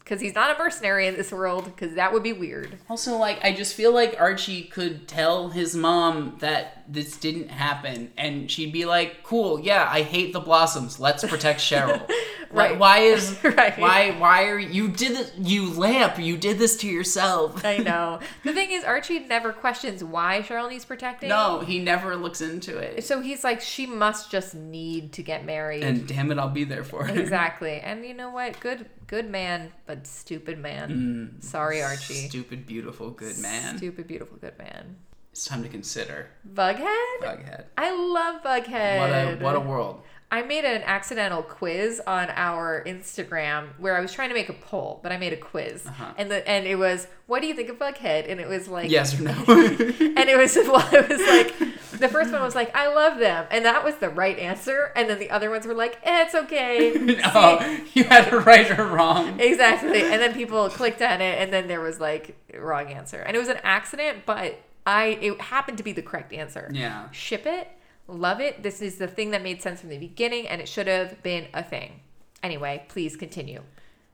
Because he's not a mercenary in this world, because that would be weird.
Also, like, I just feel like Archie could tell his mom that this didn't happen, and she'd be like, "Cool, yeah, I hate the blossoms. Let's protect Cheryl." right?
Right.
Why is
Right.
why why are you did this, you lamp? You did this to yourself.
I know. the thing is, Archie never questions why Cheryl needs protecting.
No, he never looks into it.
So he's like, she must just need to get married.
And damn it, I'll be there for her.
exactly. And you know what? Good good man, but stupid man. Sorry, Archie.
Mm. Stupid, beautiful, good man.
Stupid, beautiful, good man.
It's time to consider
Bughead?
Bughead.
I love
What a
Bughead.
what a world.
I made an accidental quiz on our Instagram where I was trying to make a poll, but I made a quiz,
Uh-huh.
and the and it was, "What do you think of Bughead?" And it was like,
Yes or no?
and it was well, it was like, the first one was like, "I love them," and that was the right answer, and then the other ones were like, eh, "It's okay."
no, you had it right or wrong.
Exactly. And then people clicked on it, and then there was like wrong answer, and it was an accident, but I it happened to be the correct answer.
Yeah.
Ship it, love it. This is the thing that made sense from the beginning, and it should have been a thing. Anyway, please continue.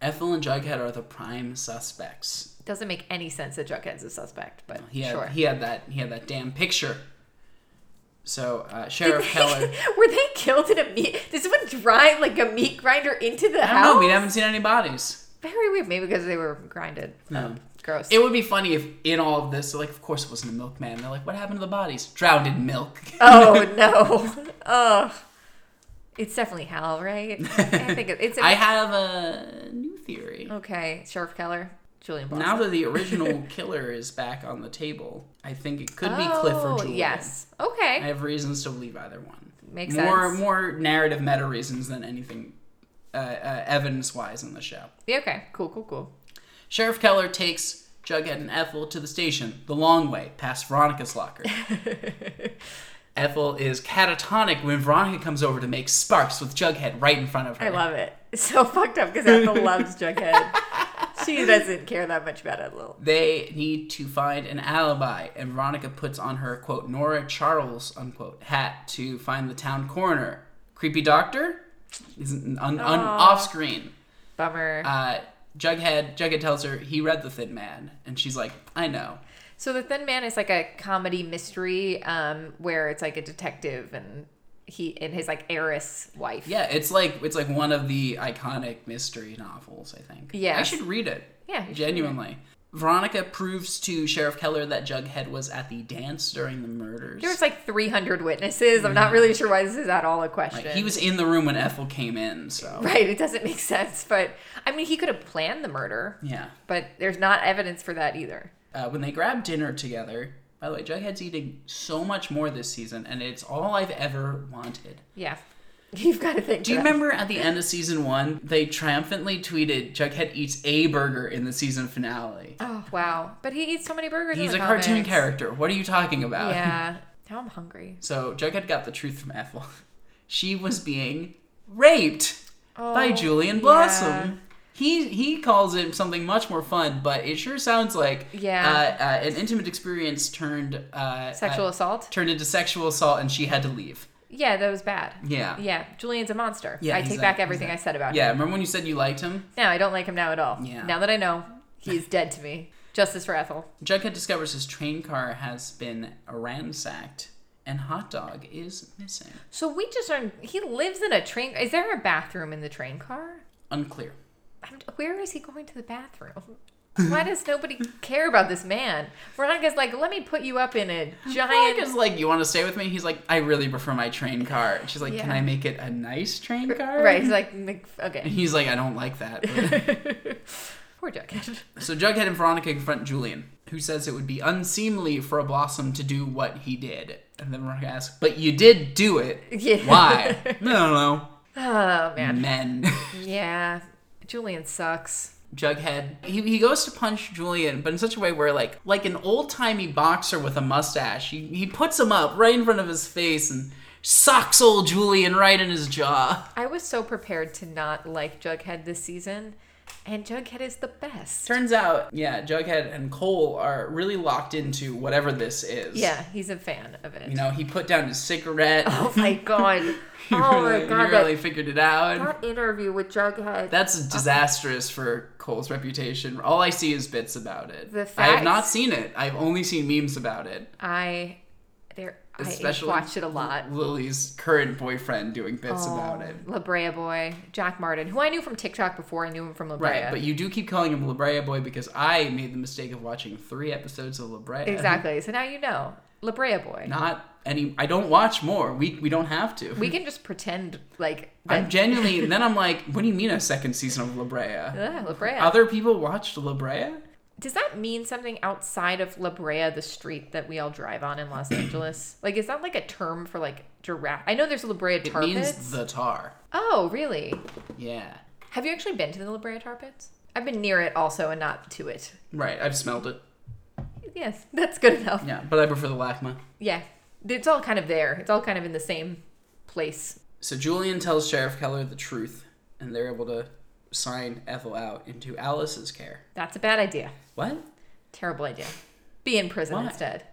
Ethel and Jughead are the prime suspects.
Doesn't make any sense that Jughead's a suspect, but
He had
sure.
he had that he had that damn picture. So uh, Sheriff Keller.
Were they killed in a meat? Did someone drive like a meat grinder into the
I don't
house?
know. We haven't seen any bodies.
Very weird. Maybe because they were grinded.
No.
Um, gross.
It would be funny if in all of this, like, of course it wasn't a milkman. They're like, what happened to the bodies? Drowned in milk.
oh no. Oh. It's definitely Hal, right? I think it- it's.
I have a new theory.
okay, Sheriff Keller. Julian Blossom.
Now that the original killer is back on the table, I think it could be Cliff or
Oh,
Julian.
Yes.
I
Okay.
have reasons to believe either one.
Makes
more,
sense.
More narrative meta reasons than anything uh, uh, evidence wise in the show.
Yeah, okay. Cool. Cool. Cool.
Sheriff Keller takes Jughead and Ethel to the station, the long way, past Veronica's locker. Ethel is catatonic when Veronica comes over to make sparks with Jughead right in front of her.
I love it. It's so fucked up because Ethel loves Jughead. She doesn't care that much about Ethel.
They need to find an alibi, and Veronica puts on her quote Nora Charles unquote hat to find the town coroner. Creepy doctor is on, on off screen.
Bummer.
Uh, Jughead Jughead tells her he read the Thin Man, and she's like, I know.
so the Thin Man is like a comedy mystery, um, where it's like a detective and he and his like heiress wife.
Yeah, it's like it's like one of the iconic mystery novels. I think.
Yes.
I should read it.
Yeah, you should
genuinely. Veronica proves to Sheriff Keller that Jughead was at the dance during the murders.
There was like 300 witnesses. I'm not really sure why this is at all a
Mm-hmm. Like,
question.
he was in the room when Ethel came in, so
right. It doesn't make sense, but I mean, he could have planned the murder,
yeah.
but there's not evidence for that either.
uh, when they grab dinner together. By the way, Jughead's eating so much more this season, and it's all I've ever wanted.
Yeah, you've got to think.
Do you
that.
remember at the end of season one, they triumphantly tweeted Jughead eats a burger in the season finale?
Oh wow! But he eats so many burgers. in
He's
the
a cartoon
comics.
character. What are you talking about?
Yeah. Now I'm hungry.
So Jughead got the truth from Ethel. She was being raped by
Oh,
Julian
yeah.
Blossom. He he calls it something much more fun, but it sure sounds like
Yeah.
uh, uh, an intimate experience turned uh,
Sexual
uh,
assault.
turned into sexual assault, and she had to leave.
Yeah, that was bad.
Yeah.
Yeah, Julian's a monster.
Yeah,
I
he's
take
a-
back
he's
everything
a-
I said about
Yeah,
him.
remember when you said you liked him?
No, I don't like him now at all.
Yeah.
Now that I know, he is dead to me. Justice for Ethel.
Jughead discovers his train car has been ransacked and Hot Dog is missing.
So we just learned he lives in a train. Is there a bathroom in the train car?
Unclear.
I'm, where is he going to the bathroom? Why does nobody care about this man? Veronica's like, let me put you up in a giant.
Veronica's like, "You want to stay with me?" He's like, "I really prefer my train car." And she's like, "Can
Yeah.
I make it a nice train car?"
Right. He's like,
And
okay.
he's like, "I don't like that." but-"
Poor Jughead.
so Jughead and Veronica confront Julian, who says it would be unseemly for a Blossom to do what he did. And then Veronica asks, "But you did do it.
Yeah.
Why? no, no,
Oh,
no.
man.
Men."
Yeah. Julian sucks.
Jughead. He, he goes to punch Julian, but in such a way where like like an old timey boxer with a mustache, he, he puts him up right in front of his face and socks old Julian right in his jaw.
I was so prepared to not like Jughead this season, and Jughead is the best.
Turns out, yeah, Jughead and Cole are really locked into whatever this is.
Yeah, he's a fan of it.
You know, he put down his cigarette.
Oh my god.
he
oh
really,
my
he
god.
really
that,
figured it out.
that interview with Jughead.
That's disastrous for Cole's reputation. All I see is bits about it.
The
I have not
facts-
seen it. I've only seen memes about it.
I there I
especially
watched it a lot. Oh,
Lily's current boyfriend doing bits about it.
La Brea Boy, Jack Martin, who I knew from TikTok before I knew him from La Brea.
Right, but you do keep calling him La Brea Boy because I made the mistake of watching three episodes of La Brea.
exactly. So now you know. La Brea Boy.
Not any. I don't watch more. We we don't have to.
We can just pretend like
I'm
that.
genuinely. and then I'm like, what do you mean a second season of La Brea?
Ugh, La Brea.
Other people watched La Brea.
Does that mean something outside of La Brea, the street that we all drive on in Los Angeles? Like, is that like a term for like giraffe? I know there's La Brea
It
tar pits.
means the tar.
oh, really?
Yeah.
Have you actually been to the La Brea tar pits? I've been near it also and not to it.
Right. I've smelled it.
Yes, that's good enough.
Yeah, but I prefer the LACMA.
Yeah. It's all kind of there. It's all kind of in the same place.
So Julian tells Sheriff Keller the truth, and they're able to sign Ethel out into Alice's care.
That's a bad idea.
What?
Terrible idea. Be in prison
Why?
instead.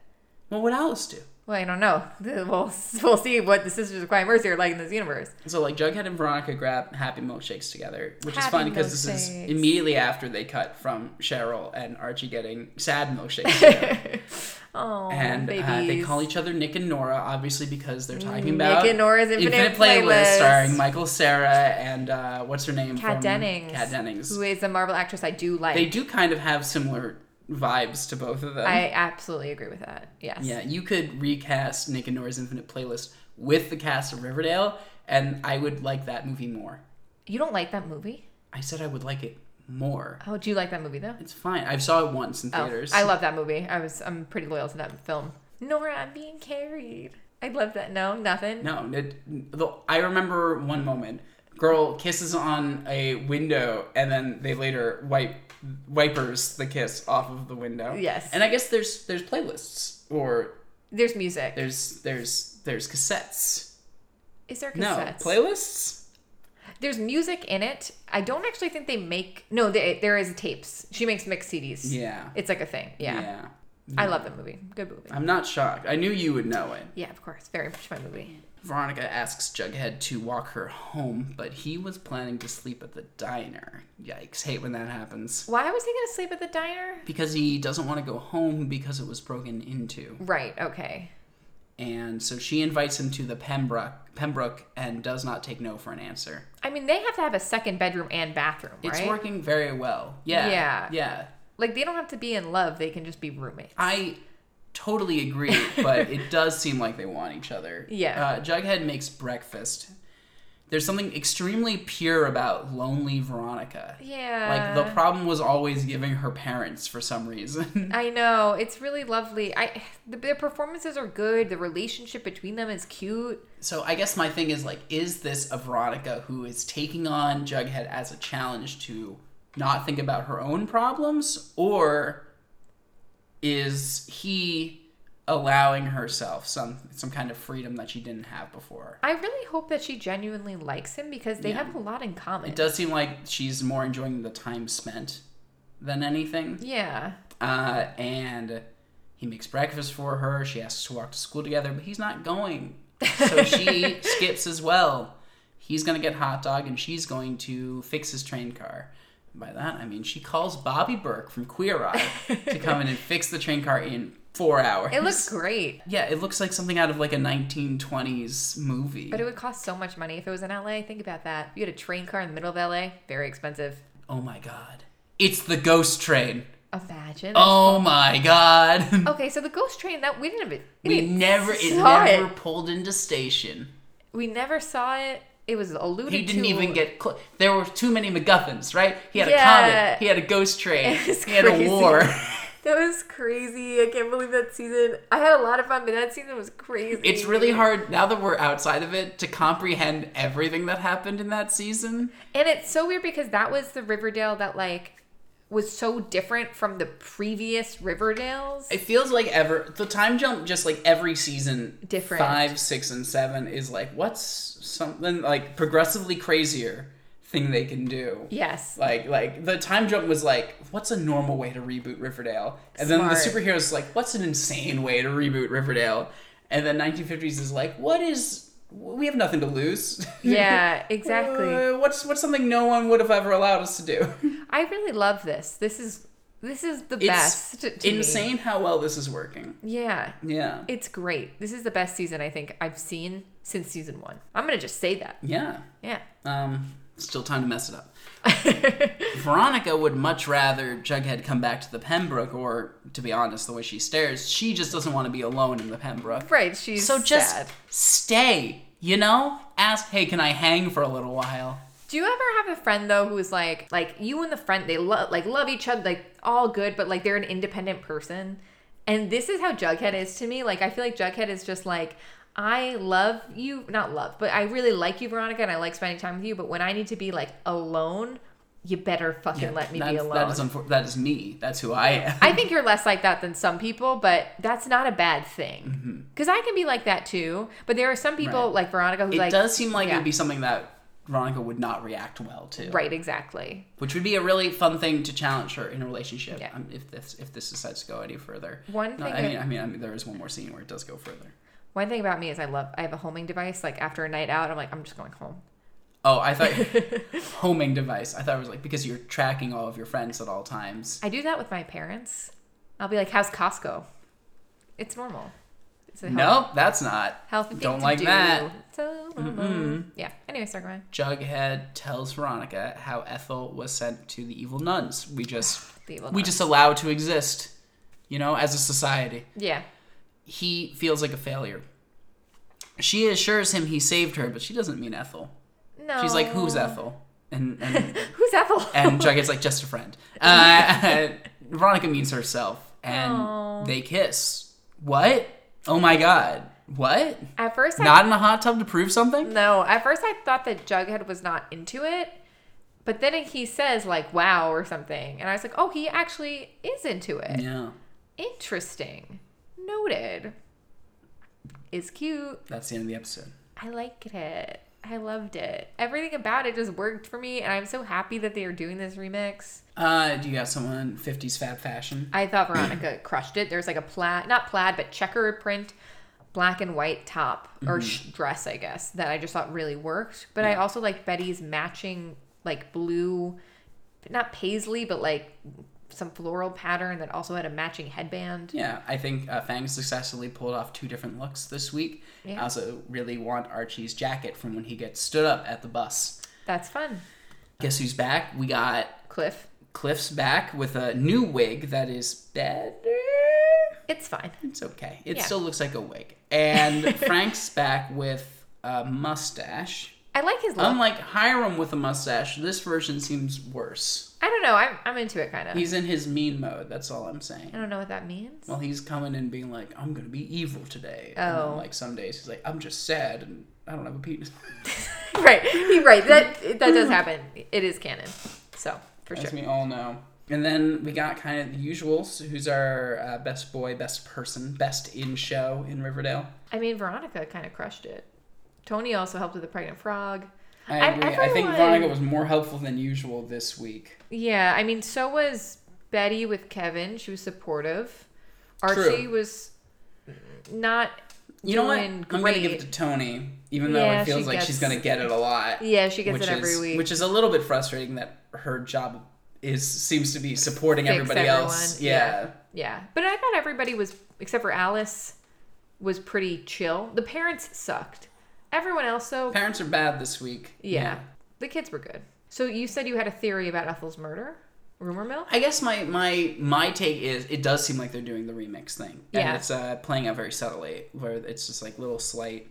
What would Alice do?
Well, I don't know. We'll, we'll see what the Sisters of Quiet Mercy are like in this universe.
So like Jughead and Veronica grab happy milkshakes together, which is
Happy
fun because this is
milkshakes.
immediately after they cut from Cheryl and Archie getting sad milkshakes, together.
Oh,
and
babies. Mm,
uh, they call each other Nick and Nora, obviously because they're talking
Nick
about
and Nora's Infinite Playlist.
starring Michael Sarah and uh, what's her name?
Kat
from-
Dennings.
Kat Dennings.
Who is a Marvel actress I do like.
They do kind of have similar vibes to both of them.
I absolutely agree with that. Yes.
Yeah, you could recast Nick and Nora's Infinite Playlist with the cast of Riverdale, and I would like that movie more.
You don't like that movie?
I said I would like it more.
Oh, do you like that movie though?
It's fine. I saw it once in
Oh,
theaters.
I love that movie. I was I'm pretty loyal to that film.
Nora, I'm being carried. I love that. No, nothing.
No, it, the, I remember one moment. Girl kisses on a window, and then they later wipe wipers the kiss off of the window.
Yes.
And I guess there's there's playlists or
There's music.
there's there's there's cassettes.
Is there
No
cassettes?
playlists.
There's music in it. I don't actually think they make no. They, there is tapes. She makes mixed CDs.
Yeah.
it's like a thing. Yeah,
yeah.
I love that movie. Good movie.
I'm not shocked. I knew you would know it.
yeah, of course, very much my movie.
Veronica asks Jughead to walk her home, but he was planning to sleep at the diner. Yikes, hate when that happens.
Why was he gonna sleep at the diner?
Because he doesn't want to go home because it was broken into.
Right. Okay.
And so she invites him to the Pembroke, Pembroke and does not take no for an answer.
I mean, they have to have a second bedroom and bathroom, right?
It's working very well. Yeah.
Yeah.
Yeah.
Like they don't have to be in love. They can just be roommates.
I totally agree, but it does seem like they want each other.
Yeah.
Uh, Jughead makes breakfast. There's something extremely pure about lonely Veronica.
yeah.
Like the problem was always giving her parents for some reason.
I know it's really lovely. I the, their performances are good. The relationship between them is cute.
so I guess my thing is like, is this a Veronica who is taking on Jughead as a challenge to not think about her own problems, or is he allowing herself some some kind of freedom that she didn't have before?
I really hope that she genuinely likes him because they
Yeah.
have a lot in common.
It does seem like she's more enjoying the time spent than anything.
Yeah.
Uh, and he makes breakfast for her. She asks to walk to school together, but he's not going. So she skips as well. He's going to get hot dog and she's going to fix his train car. By that, I mean she calls Bobby Burke from Queer Eye to come in and fix the train car in four hours.
It looks great,
yeah, it looks like something out of like a 1920s movie.
but it would cost so much money if it was in LA. Think about that. You had a train car in the middle of LA, very expensive.
oh my god. It's the ghost train.
Imagine.
Oh my god.
Okay, so the ghost train that we didn't. even-
we
didn't
never it
saw
never
it.
pulled into station.
We never saw it. It was alluded.
He didn't
to-
even get. Cl- there were too many MacGuffins, right? He had a
Yeah.
comet. He had a ghost train.
It's
He had a
crazy.
war.
That was crazy. I can't believe that season. I had a lot of fun, but that season was crazy.
It's really hard now that we're outside of it to comprehend everything that happened in that season.
And it's so weird because that was the Riverdale that like was so different from the previous Riverdales.
It feels like ever the time jump, just like every season,
Different.
five, six, and seven is like what's something like progressively crazier thing they can do.
yes.
Like like the time jump was like, what's a normal way to reboot Riverdale? And then the
Smart.
superheroes is like, what's an insane way to reboot Riverdale? And then 1950s is like, what is we have nothing to lose.
Yeah, exactly.
Uh, what's what's something no one would have ever allowed us to do?
I really love this. This is this is the
It's
best. to me.
insane how well this is working.
Yeah.
Yeah.
It's great. This is the best season I think I've seen since season 1. I'm going to just say that.
Yeah.
Yeah.
Um still time to mess it up. Veronica would much rather Jughead come back to the Pembroke or to be honest, the way she stares, she just doesn't want to be alone in the Pembroke.
right, she's
So just
sad.
stay, you know? Ask, hey, can I hang for a little while?
Do you ever have a friend though who's like like you and the friend they love like love each other like all good but like they're an independent person? And this is how Jughead is to me. Like I feel like Jughead is just like I love you, not love, but I really like you, Veronica, and I like spending time with you. But when I need to be like alone, you better fucking let me be
That's-
alone.
That is, unfor- that is me. That's who I am.
I think you're less like that than some people, but that's not a bad thing. Because I can be like that too. But there are some people
Mm-hmm. Right.
like Veronica who
it
like
does seem like it
yeah.
would be something that Veronica would not react well to.
right exactly.
Which would be a really fun thing to challenge her in a relationship
Yeah.
um, if, this, if this decides to go any further.
One
No,
thing
I
that-
mean, I mean, I mean, there is one more scene where it does go further.
One thing about me is I love I have a homing device. Like after a night out, I'm like I'm just going home.
Oh, I thought homing device. I thought it was like because you're tracking all of your friends at all times.
I do that with my parents. I'll be like, "How's Costco?" It's normal. It's a health-
Nope, that's not.
healthy thing
Don't
to
like
do.
that.
So yeah. Anyway, sorry, go ahead.
Jughead tells Veronica how Ethel was sent to the evil nuns. We just
The evil
we
nun.
just allow to exist, you know, as a society.
yeah.
He feels like a failure. She assures him he saved her, but she doesn't mean Ethel.
No. Oh.
She's like, "Who's Ethel?" and and,
Who's Ethel?
and Jughead's like just a friend. Uh, Veronica means herself, and
Aw.
they kiss. What? Oh my god! What?
At first, I
Not in a hot tub to prove something?
No, at first I thought that Jughead was not into it, but then he says like "wow" or something, and I was like, "Oh, he actually is into it.
Yeah,
Interesting. Noted. Is cute.
that's the end of the episode.
I liked it. I loved it. Everything about it just worked for me, and I'm so happy that they are doing this remix.
Uh, do you got someone fifties fab fashion?
I thought Veronica crushed it. There's like a plaid, not plaid, but checker print, black and white top or sh- dress, I guess, that I just thought really worked. But I also liked Betty's matching, like blue, not paisley, but like some floral pattern that also had a matching headband.
Yeah, I think uh, Fang successfully pulled off two different looks this week. I
Yeah.
also really want Archie's jacket from when he gets stood up at the bus.
That's fun.
Guess who's back? We got
Cliff,
Cliff's back with a new wig that is better.
it's fine.
It's okay. It
Yeah.
still looks like a wig. And Frank's back with a mustache.
I like his look.
Unlike Hiram with a mustache, this version seems worse.
I don't know. I'm, I'm into it kind of.
He's in his mean mode. That's all I'm
I
saying.
don't know what that means.
Well, he's coming and being like, "I'm gonna be evil today," and then,
Oh.
like some days he's like, "I'm just sad and I don't have a penis."
right. You're right. That that does happen. It is canon. So, for
As
sure.
we all know. And then we got kind of the usuals, who's our uh, best boy, best person, best in show in Riverdale.
I mean, Veronica kind of crushed it. Tony also helped with the pregnant frog.
I
And
agree. I think
everyone-
Veronica was more helpful than usual this week.
Yeah, I mean, so was Betty with Kevin. She was supportive. Archie
True.
was not.
You know what?
Doing
I'm gonna give
great.
it to Tony, even though
Yeah,
it feels
she
like
gets-
she's gonna get it a lot.
Yeah, she gets
which
it every
is,
week.
which is a little bit frustrating that her job is seems to be supporting
Fix
everybody
everyone,
else.
yeah.
Yeah.
yeah, but I thought everybody was, except for Alice, was pretty chill. The parents sucked. Everyone else, though,
parents are bad this week.
yeah, the kids were good. So you said you had a theory about Ethel's murder, rumor mill.
I guess my my my take is it does seem like they're doing the remix thing, and
Yeah.
it's uh, playing out very subtly, where it's just like little slight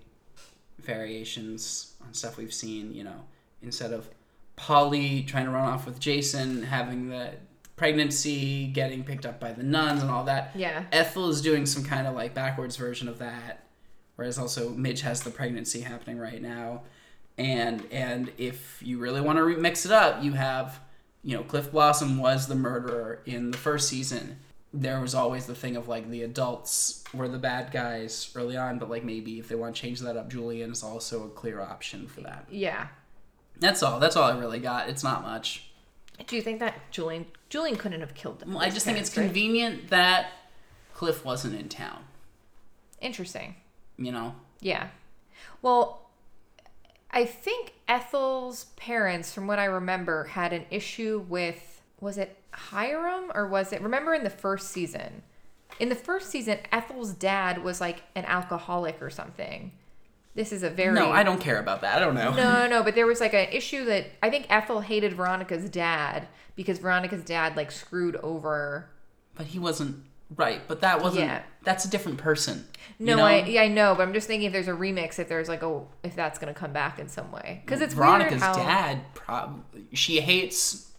variations on stuff we've seen. You know, instead of Polly trying to run off with Jason, having the pregnancy, getting picked up by the nuns, and all that.
Yeah.
Ethel is doing some kind of like backwards version of that, whereas also Midge has the pregnancy happening right now, and and if you really want to remix it up, you have you know Cliff Blossom was the murderer in the first season. There was always the thing of like the adults were the bad guys early on, but like maybe if they want to change that up, Julian is also a clear option for that.
Yeah.
That's all. That's all I really got. It's not much.
Do you think that Julian Julian couldn't have killed them?
Well, I just think it's
convenient.
convenient that Cliff wasn't in town.
Interesting.
You know,
Yeah. Well, I think Ethel's parents, from what I remember, had an issue with was it Hiram or was it remember in the first season? In the first season, Ethel's dad was like an alcoholic or something. This is a very
No, I don't care about that. I don't know.
no, no, no, but there was like an issue that I think Ethel hated Veronica's dad because Veronica's dad like screwed over
But he wasn't right. But that wasn't.
Yeah.
That's a different person. you
No,
know?
I yeah, I know, but I'm just thinking if there's a remix, if there's like a if that's gonna come back in some way, because it's
Veronica's
weird how,
dad. Probably she hates.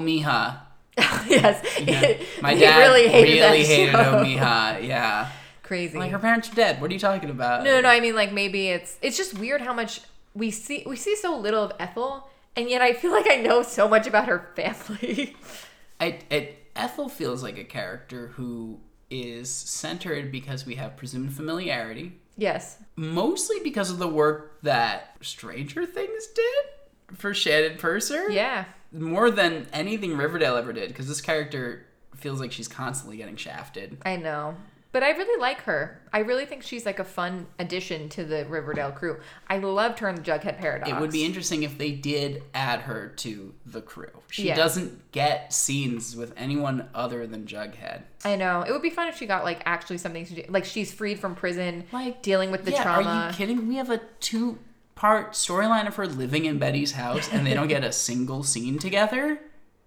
Mija.
yes.
Yeah. My
He
dad
really hated
really
that
hated
show.
Oh, Mija. Yeah.
crazy.
Like her parents are dead. What are you talking about?
no, no, I mean like maybe it's it's just weird how much we see we see so little of Ethel, and yet I feel like I know so much about her family.
I, I, Ethel feels like a character who is centered because we have presumed familiarity,
yes,
mostly because of the work that Stranger Things did for Shannon Purser.
yeah,
more than anything Riverdale ever did, because this character feels like she's constantly getting shafted.
I know. But I really like her. I really think she's like a fun addition to the Riverdale crew. I loved her in the Jughead Paradox.
It would be interesting if they did add her to the crew. She
Yeah.
doesn't get scenes with anyone other than Jughead.
I know. It would be fun if she got like actually something to do. Like she's freed from prison,
Like,
like dealing with the
yeah,
trauma.
are you kidding? We have a two part storyline of her living in Betty's house and they don't get a single scene together?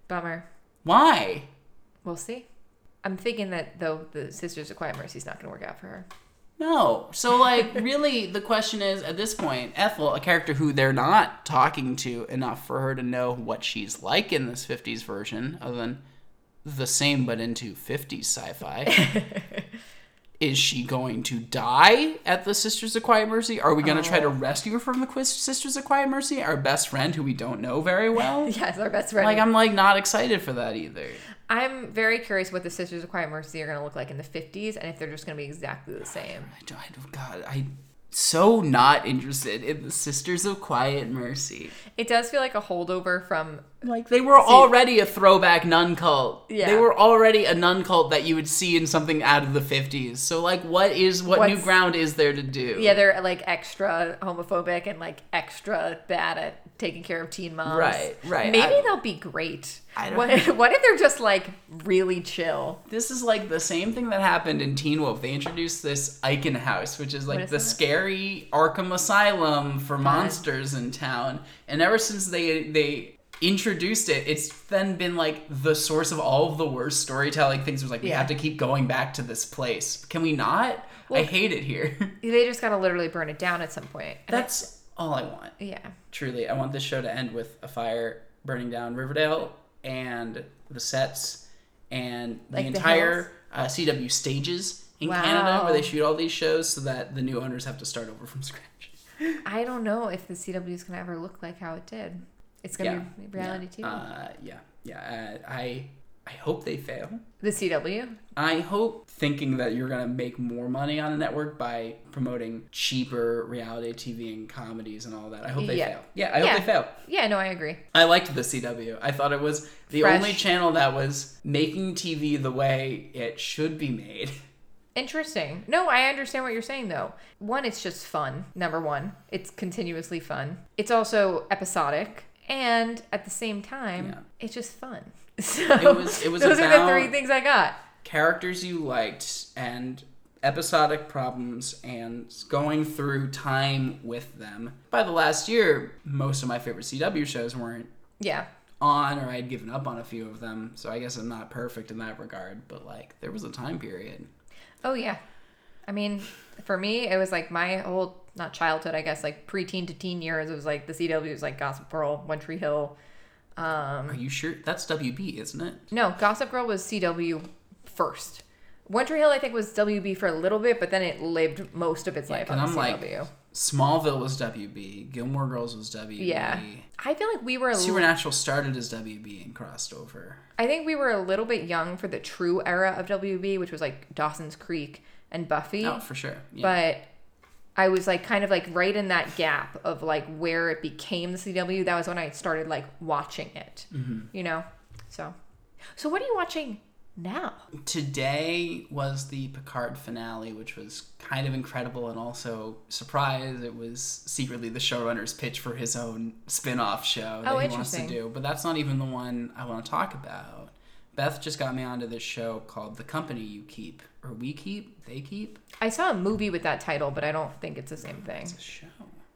Bummer.
Why?
We'll see. I'm thinking that though the Sisters of Quiet Mercy is not going to work out for her.
No. So, like, really, the question is at this point, Ethel, a character who they're not talking to enough for her to know what she's like in this 50s version, other than the same but into 50s sci fi. is she going to die at the Sisters of Quiet Mercy? Are we going to try to rescue her from the Quis- Sisters of Quiet Mercy? Our best friend who we don't know very well?
Yes, our best friend.
Like, I'm, like, not excited for that either.
I'm very curious what the Sisters of Quiet Mercy are going to look like in the 50s and if they're just going to be exactly the same.
I don't, I don't- God, I so not interested in the Sisters of Quiet Mercy.
It does feel like a holdover from
Like they were already a throwback nun cult.
Yeah.
They were already a nun cult that you would see in something out of the 50s. So like what is what new
What's-
ground is there to do?
yeah, they're like extra homophobic and like extra bad at taking care of teen moms.
Right, right.
maybe
I-
they'll be great.
I don't
What, what if they're just like really chill?
this is like the same thing that happened in Teen Wolf. They introduced this Icon House, which is like
is
the
that?
scary Arkham Asylum for monsters in town. And ever since they they introduced it, it's then been like the source of all of the worst storytelling things. It was like we
Yeah.
have to keep going back to this place. Can we not? I hate it here.
They just got to literally burn it down at some point. And I-
That's all I want.
yeah.
Truly, I want this show to end with a fire burning down Riverdale and the sets and the
Like the hills?
entire uh, CW stages in
Wow.
Canada where they shoot all these shows so that the new owners have to start over from scratch.
I don't know if the CW is going to ever look like how it did. It's going to be reality
yeah.
TV.
Uh, yeah, yeah. Uh, I I hope they fail.
the CW?
I hope thinking that you're gonna make more money on a network by promoting cheaper reality TV and comedies and all that. I hope they
Yeah.
fail. Yeah, I hope
Yeah.
they fail.
Yeah, no, I agree.
I liked the CW. I thought it was the
Fresh.
only channel that was making TV the way it should be made.
Interesting. No, I understand what you're saying though. One, it's just fun. Number one, it's continuously fun. It's also episodic, and at the same time,
Yeah.
it's just fun. So it
was- it was
those are the
about-
three things I got.
Characters you liked and episodic problems and going through time with them. By the last year, most of my favorite CW shows weren't
Yeah,
on or I'd given up on a few of them. So I guess I'm not perfect in that regard, but like there was a time period.
Oh yeah. I mean, for me, it was like my whole not childhood, I guess, like preteen to teen years. It was like the CW was like Gossip Girl, One Tree Hill.
Are you sure that's WB, isn't it?
No, Gossip Girl was CW first. One Tree Hill, I think, was WB for a little bit, but then it lived most of its life on
And I'm
the
like
CW.
Smallville was WB, Gilmore Girls was WB.
yeah, I feel like we were. A little,
Supernatural started as WB and crossed over.
I think we were a little bit young for the true era of WB, which was like Dawson's Creek and Buffy.
Oh, for sure. Yeah.
but I was like kind of like right in that gap of like where it became the CW. That was when I started like watching it,
Mm-hmm.
you know. So, so what are you watching now?
Today was the Picard finale, which was kind of incredible and also surprise. It was secretly the showrunner's pitch for his own spin off show that
Oh,
he wants to
interesting.
do. But that's not even the one I want to talk about. Beth just got me onto this show called The Company You Keep, or We Keep, They Keep.
I saw a movie with that title, but I don't think it's the same thing.
It's a show.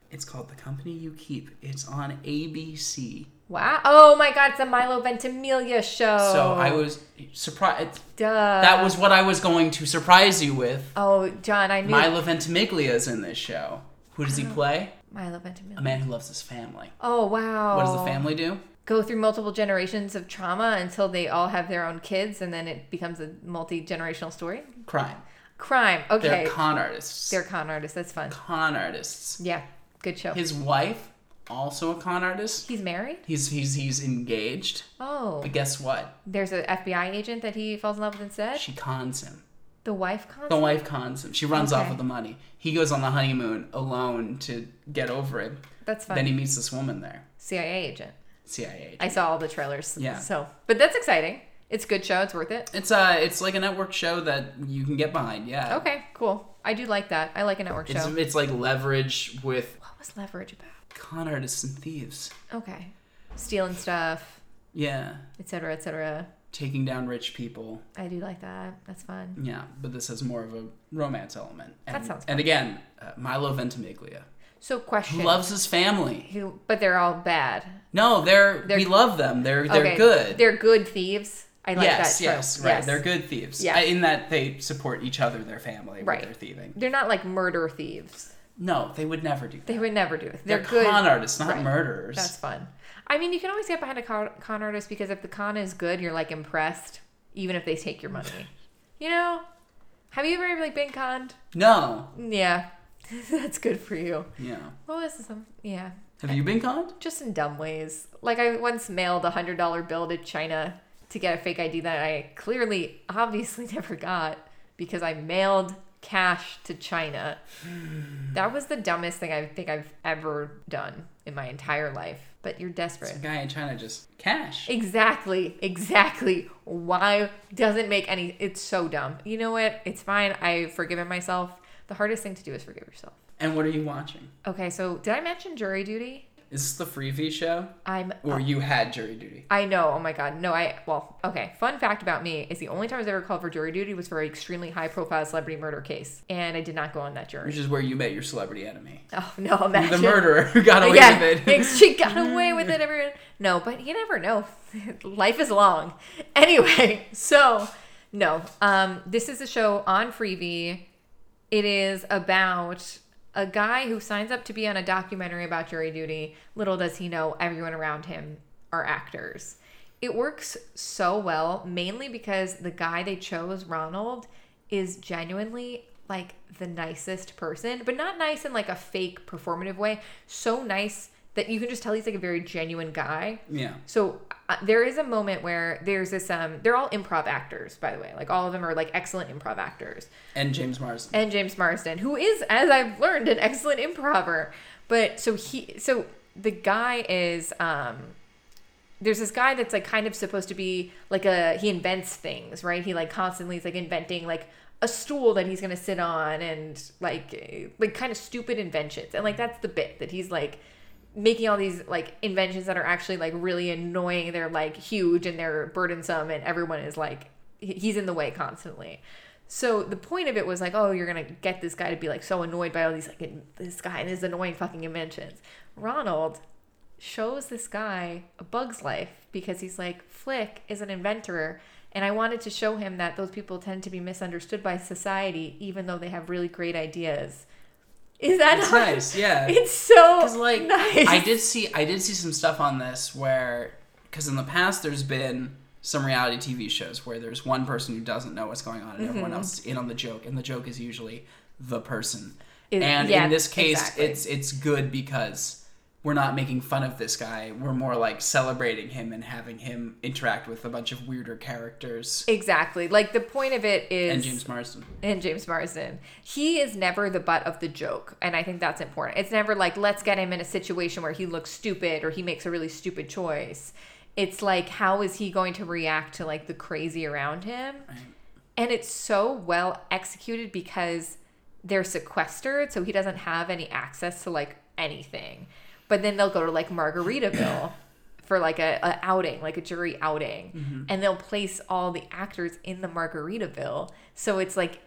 It's called The Company You Keep. It's on ABC.
Wow! Oh my God, it's a Milo Ventimiglia show.
So I was surprised.
Duh.
That was what I was going to surprise you with.
Oh, John, I knew
Milo Ventimiglia is in this show. Who does he
Uh-huh.
play?
Milo
A
Ventimiglia.
man who loves his family.
Oh wow!
What does the family do?
go through multiple generations of trauma until they all have their own kids, and then it becomes a multi-generational story?
Crime.
Crime. Okay.
They're con artists.
They're con artists. That's fun.
con artists.
Yeah, good show.
His wife, also a con artist.
He's married.
He's he's he's engaged.
Oh,
But guess what?
there's an FBI agent that he falls in love with instead.
She cons him.
The wife con.
The wife cons him. She runs off
Okay.
with the money. He goes on the honeymoon alone to get over it.
That's fun.
Then he meets this woman there,
CIA agent.
CIA.
I saw all the trailers.
Yeah.
So, but that's exciting. It's a good show. It's worth it.
It's uh, it's like a network show that you can get behind. Yeah.
Okay, cool. I do like that. I like a network
It's
show.
it's like leverage with
What was Leverage about?
con artists and thieves.
Okay, stealing stuff,
Yeah,
etc., etc.
taking down rich people.
I do like that. That's fun.
Yeah, but this has more of a romance element. And,
That sounds
And again, uh, Milo Ventimiglia,
So,
who
question.
loves his family.
Who- but they're all bad.
No, they're,
They're-
we love them. They're they're
Okay,
good.
They're good thieves. I like
yes,
that. trope.
yes, right. They're good thieves.
Yeah.
Yeah. In that they support each other, their family,
Right.
with their thieving.
They're not like murder thieves.
No, they would never do that.
They would never do it.
They're,
They're, good.
con artists, not
Right.
murderers.
That's fun. I mean, you can always get behind a con, con artist because if the con is good, you're like impressed, even if they take your money. you know? Have you ever like been conned?
No.
Yeah, that's good for you.
Yeah.
What was some? Yeah,
Have you been conned?
just in dumb ways. Like I once mailed a hundred dollar bill to China to get a fake ID that I clearly, obviously never got because I mailed cash to China. that was the dumbest thing I think I've ever done in my entire life. But you're desperate.
The guy in China just cash.
Exactly, exactly. Why doesn't make any? It's so dumb. You know what? It's fine. I've forgiven myself. The hardest thing to do is forgive yourself.
And what are you watching?
Okay, so did I mention jury duty?
Is this the freebie show?
I'm.
Or you had jury duty?
I know. Oh my god. No, I. Well, okay. Fun fact about me is the only time I was ever called for jury duty was for an extremely high profile celebrity murder case, and I did not go on that jury.
Which is where you met your celebrity enemy.
Oh no, imagine
The murderer who got away
yeah,
with it.
thanks, she got away with it. Everyone, no, but you never know. Life is long. Anyway, so no, um, this is a show on Freebie. It is about a guy who signs up to be on a documentary about jury duty. Little does he know, everyone around him are actors. It works so well, mainly because the guy they chose, Ronald, is genuinely like the nicest person, but not nice in like a fake performative way. So nice that you can just tell he's like a very genuine guy.
Yeah.
So uh, there is a moment where there's this um they're all improv actors by the way. Like all of them are like excellent improv actors
And James Marsden.
and James Marsden, who is, as I've learned, an excellent improver. But so he, so the guy is, um, there's this guy that's like kind of supposed to be like a he invents things, right? He like constantly is like inventing like a stool that he's gonna sit on and like eh, like kind of stupid inventions, and like that's the bit that he's like making all these like inventions that are actually like really annoying. They're like huge and they're burdensome, and everyone is like he- he's in the way constantly. So the point of it was like, oh, you're gonna get this guy to be like so annoyed by all these like in- this guy and his annoying fucking inventions. Ronald shows this guy a bug's life because he's like flick is an inventor and i wanted to show him that those people tend to be misunderstood by society even though they have really great ideas is that
It's
not-
nice, yeah.
it's so
Because like
nice
I did see I did see some stuff on this where because in the past there's been some reality TV shows where there's one person who doesn't know what's going on and everyone
Mm-hmm.
else is in on the joke and the joke is usually the person.
Is-
and
yeah,
in this case
exactly.
it's it's good because we're not making fun of this guy. We're more like celebrating him and having him interact with a bunch of weirder characters.
exactly like the point of it is
And James Marsden.
and James Marsden. He is never the butt of the joke, and I think that's important. It's never like let's get him in a situation where he looks stupid or he makes a really stupid choice. It's like how is he going to react to like the crazy around him? And it's so well executed because they're sequestered, so he doesn't have any access to like anything. But then they'll go to like Margaritaville for like a, a outing, like a jury outing, and they'll place all the actors in the Margaritaville. So it's like,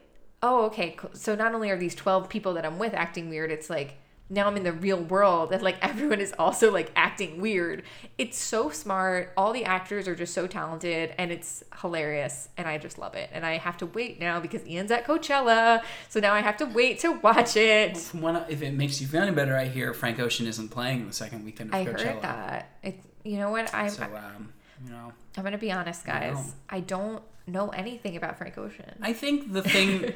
oh, okay. cool. So not only are these twelve people that I'm with acting weird, it's like now I'm in the real world, and like everyone is also like acting weird. It's so smart. All the actors are just so talented, and it's hilarious, and I just love it. And I have to wait now because Ian's at Coachella, so now I have to wait to watch it.
From one, if it makes you feel any better, I hear Frank Ocean isn't playing the second weekend of
I
Coachella.
heard that. It, you know what? I'm
So um, you know.
I'm gonna be honest,
I
guys. I don't know anything about Frank Ocean.
I think the thing,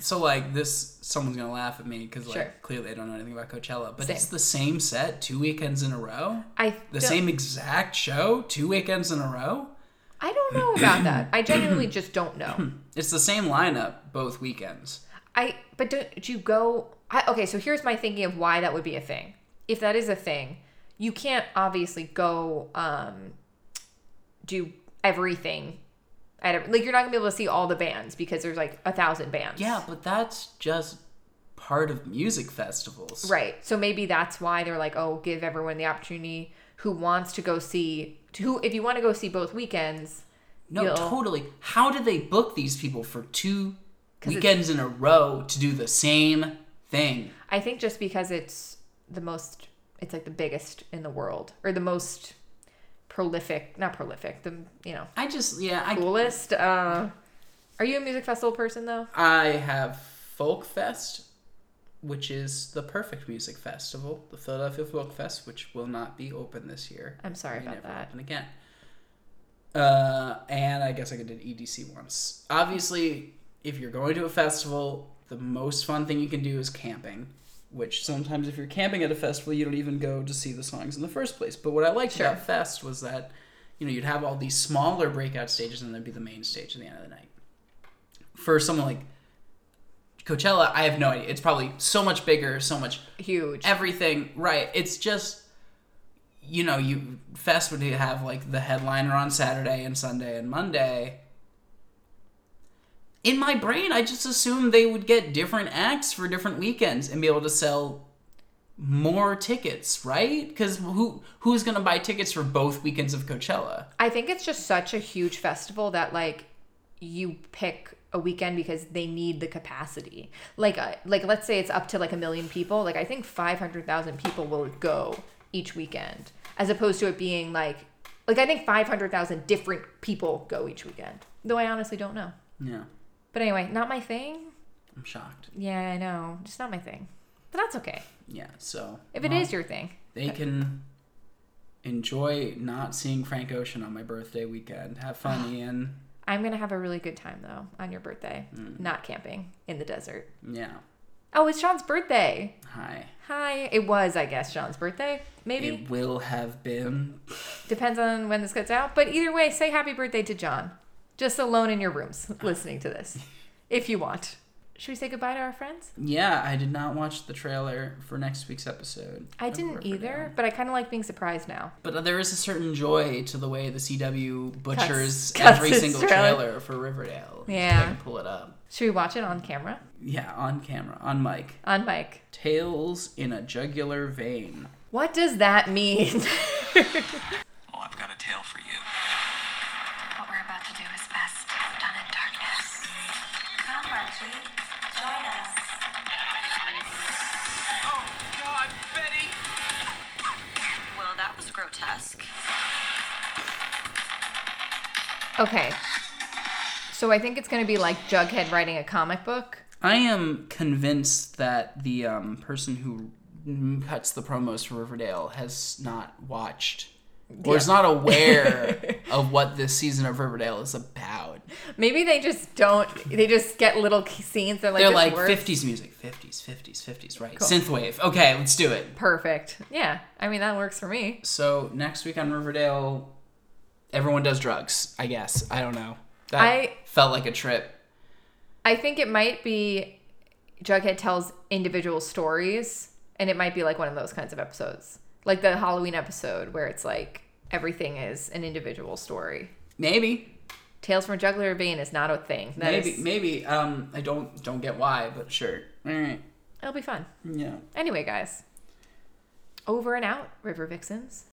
so like this, someone's gonna laugh at me because like
Sure.
clearly I don't know anything about Coachella, but
Same.
it's the same set two weekends in a row,
I
the
don't-
same exact show two weekends in a row.
I don't know about that. I genuinely just don't know.
It's the same lineup both weekends.
I but don't do you go? I, okay, so here's my thinking of why that would be a thing. If that is a thing, you can't obviously go um, do everything. At every, like you're not gonna be able to see all the bands because there's like a thousand bands.
Yeah, but that's just part of music festivals.
Right. So maybe that's why they're like, oh, give everyone the opportunity who wants to go see who if you want to go see both weekends.
No,
You'll-
totally. How did they book these people for two
'Cause it's-
weekends in a row to do the same thing?
I think just because it's the most, it's like the biggest in the world or the most prolific, not prolific, the you know
I just yeah I
coolest. Uh, are you a music festival person though?
I have Folk Fest, which is the perfect music festival, the Philadelphia Folk Fest, which will not be open this year.
I'm sorry
May
about
never
that.
Open again. Uh, and I guess I could did EDC once. Obviously, if you're going to a festival, the most fun thing you can do is camping. Which sometimes, if you're camping at a festival, you don't even go to see the songs in the first place. But what I liked
Sure.
about Fest was that, you know, you'd have all these smaller breakout stages, and there'd be the main stage at the end of the night. For someone like Coachella, I have no idea. It's probably so much bigger, so much
Huge.
everything. Right. It's just you know, you Fest would have like the headliner on Saturday and Sunday and Monday. In my brain, I just assumed they would get different acts for different weekends and be able to sell more tickets, right? Because who who's gonna buy tickets for both weekends of Coachella?
I think it's just such a huge festival that like you pick a weekend because they need the capacity. Like uh, like let's say it's up to like a million people, like I think 500,000 people will go each weekend as opposed to it being like like I think 500,000 different people go each weekend. Though I honestly don't know.
Yeah,
But anyway, not my thing.
I'm shocked.
Yeah, I know. Just not my thing. But that's okay.
Yeah, so
If it
well,
is your thing.
they can enjoy not seeing Frank Ocean on my birthday weekend. Have fun, Ian.
I'm going to have a really good time though on your birthday. Not camping in the desert.
Yeah.
Oh, it's Sean's birthday.
Hi.
Hi. It was, I guess, Sean's birthday. Maybe.
It will have been.
Depends on when this gets out. But either way, say happy birthday to John. Just alone in your rooms listening to this. If you want. Should we say goodbye to our friends?
Yeah, I did not watch the trailer for next week's episode.
I
of
didn't
Riverdale.
either, but I kind of like being surprised now.
But there is a certain joy to the way the CW
Cuts-
butchers
cuts
every
his
single
trailer.
trailer. for Riverdale.
Yeah.
I can pull it up.
Should we watch it on camera?
Yeah, on camera, on mic.
On mic.
Tails in a jugular vein.
What does that mean?
Well, Oh, I've got a tale for you.
What we're about to do is best done in darkness. Come, Reggie. Join us.
Oh, God, Betty!
Well, that was grotesque.
okay. So I think it's going to be like Jughead writing a comic book.
I am convinced that the um, person who m- cuts the promos for Riverdale has not watched or is not aware of what this season of Riverdale is about.
Maybe they just don't, they just get little scenes. They're like,
They're
"This
like
works."
50s music, 50s, 50s, 50s, right? Synthwave. Okay, let's do it.
Perfect. Yeah. I mean, that works for me.
So next week on Riverdale, everyone does drugs. I guess I don't know. That
I-
felt like a trip.
I think it might be Jughead tells individual stories, and it might be like one of those kinds of episodes, like the Halloween episode where it's like everything is an individual story.
Maybe,
Tales from a Juggler Vein is not a thing. That
maybe,
is-
maybe. Um, I don't don't get why, but sure. All right.
it'll be fun.
Yeah.
Anyway, guys, over and out, River Vixens.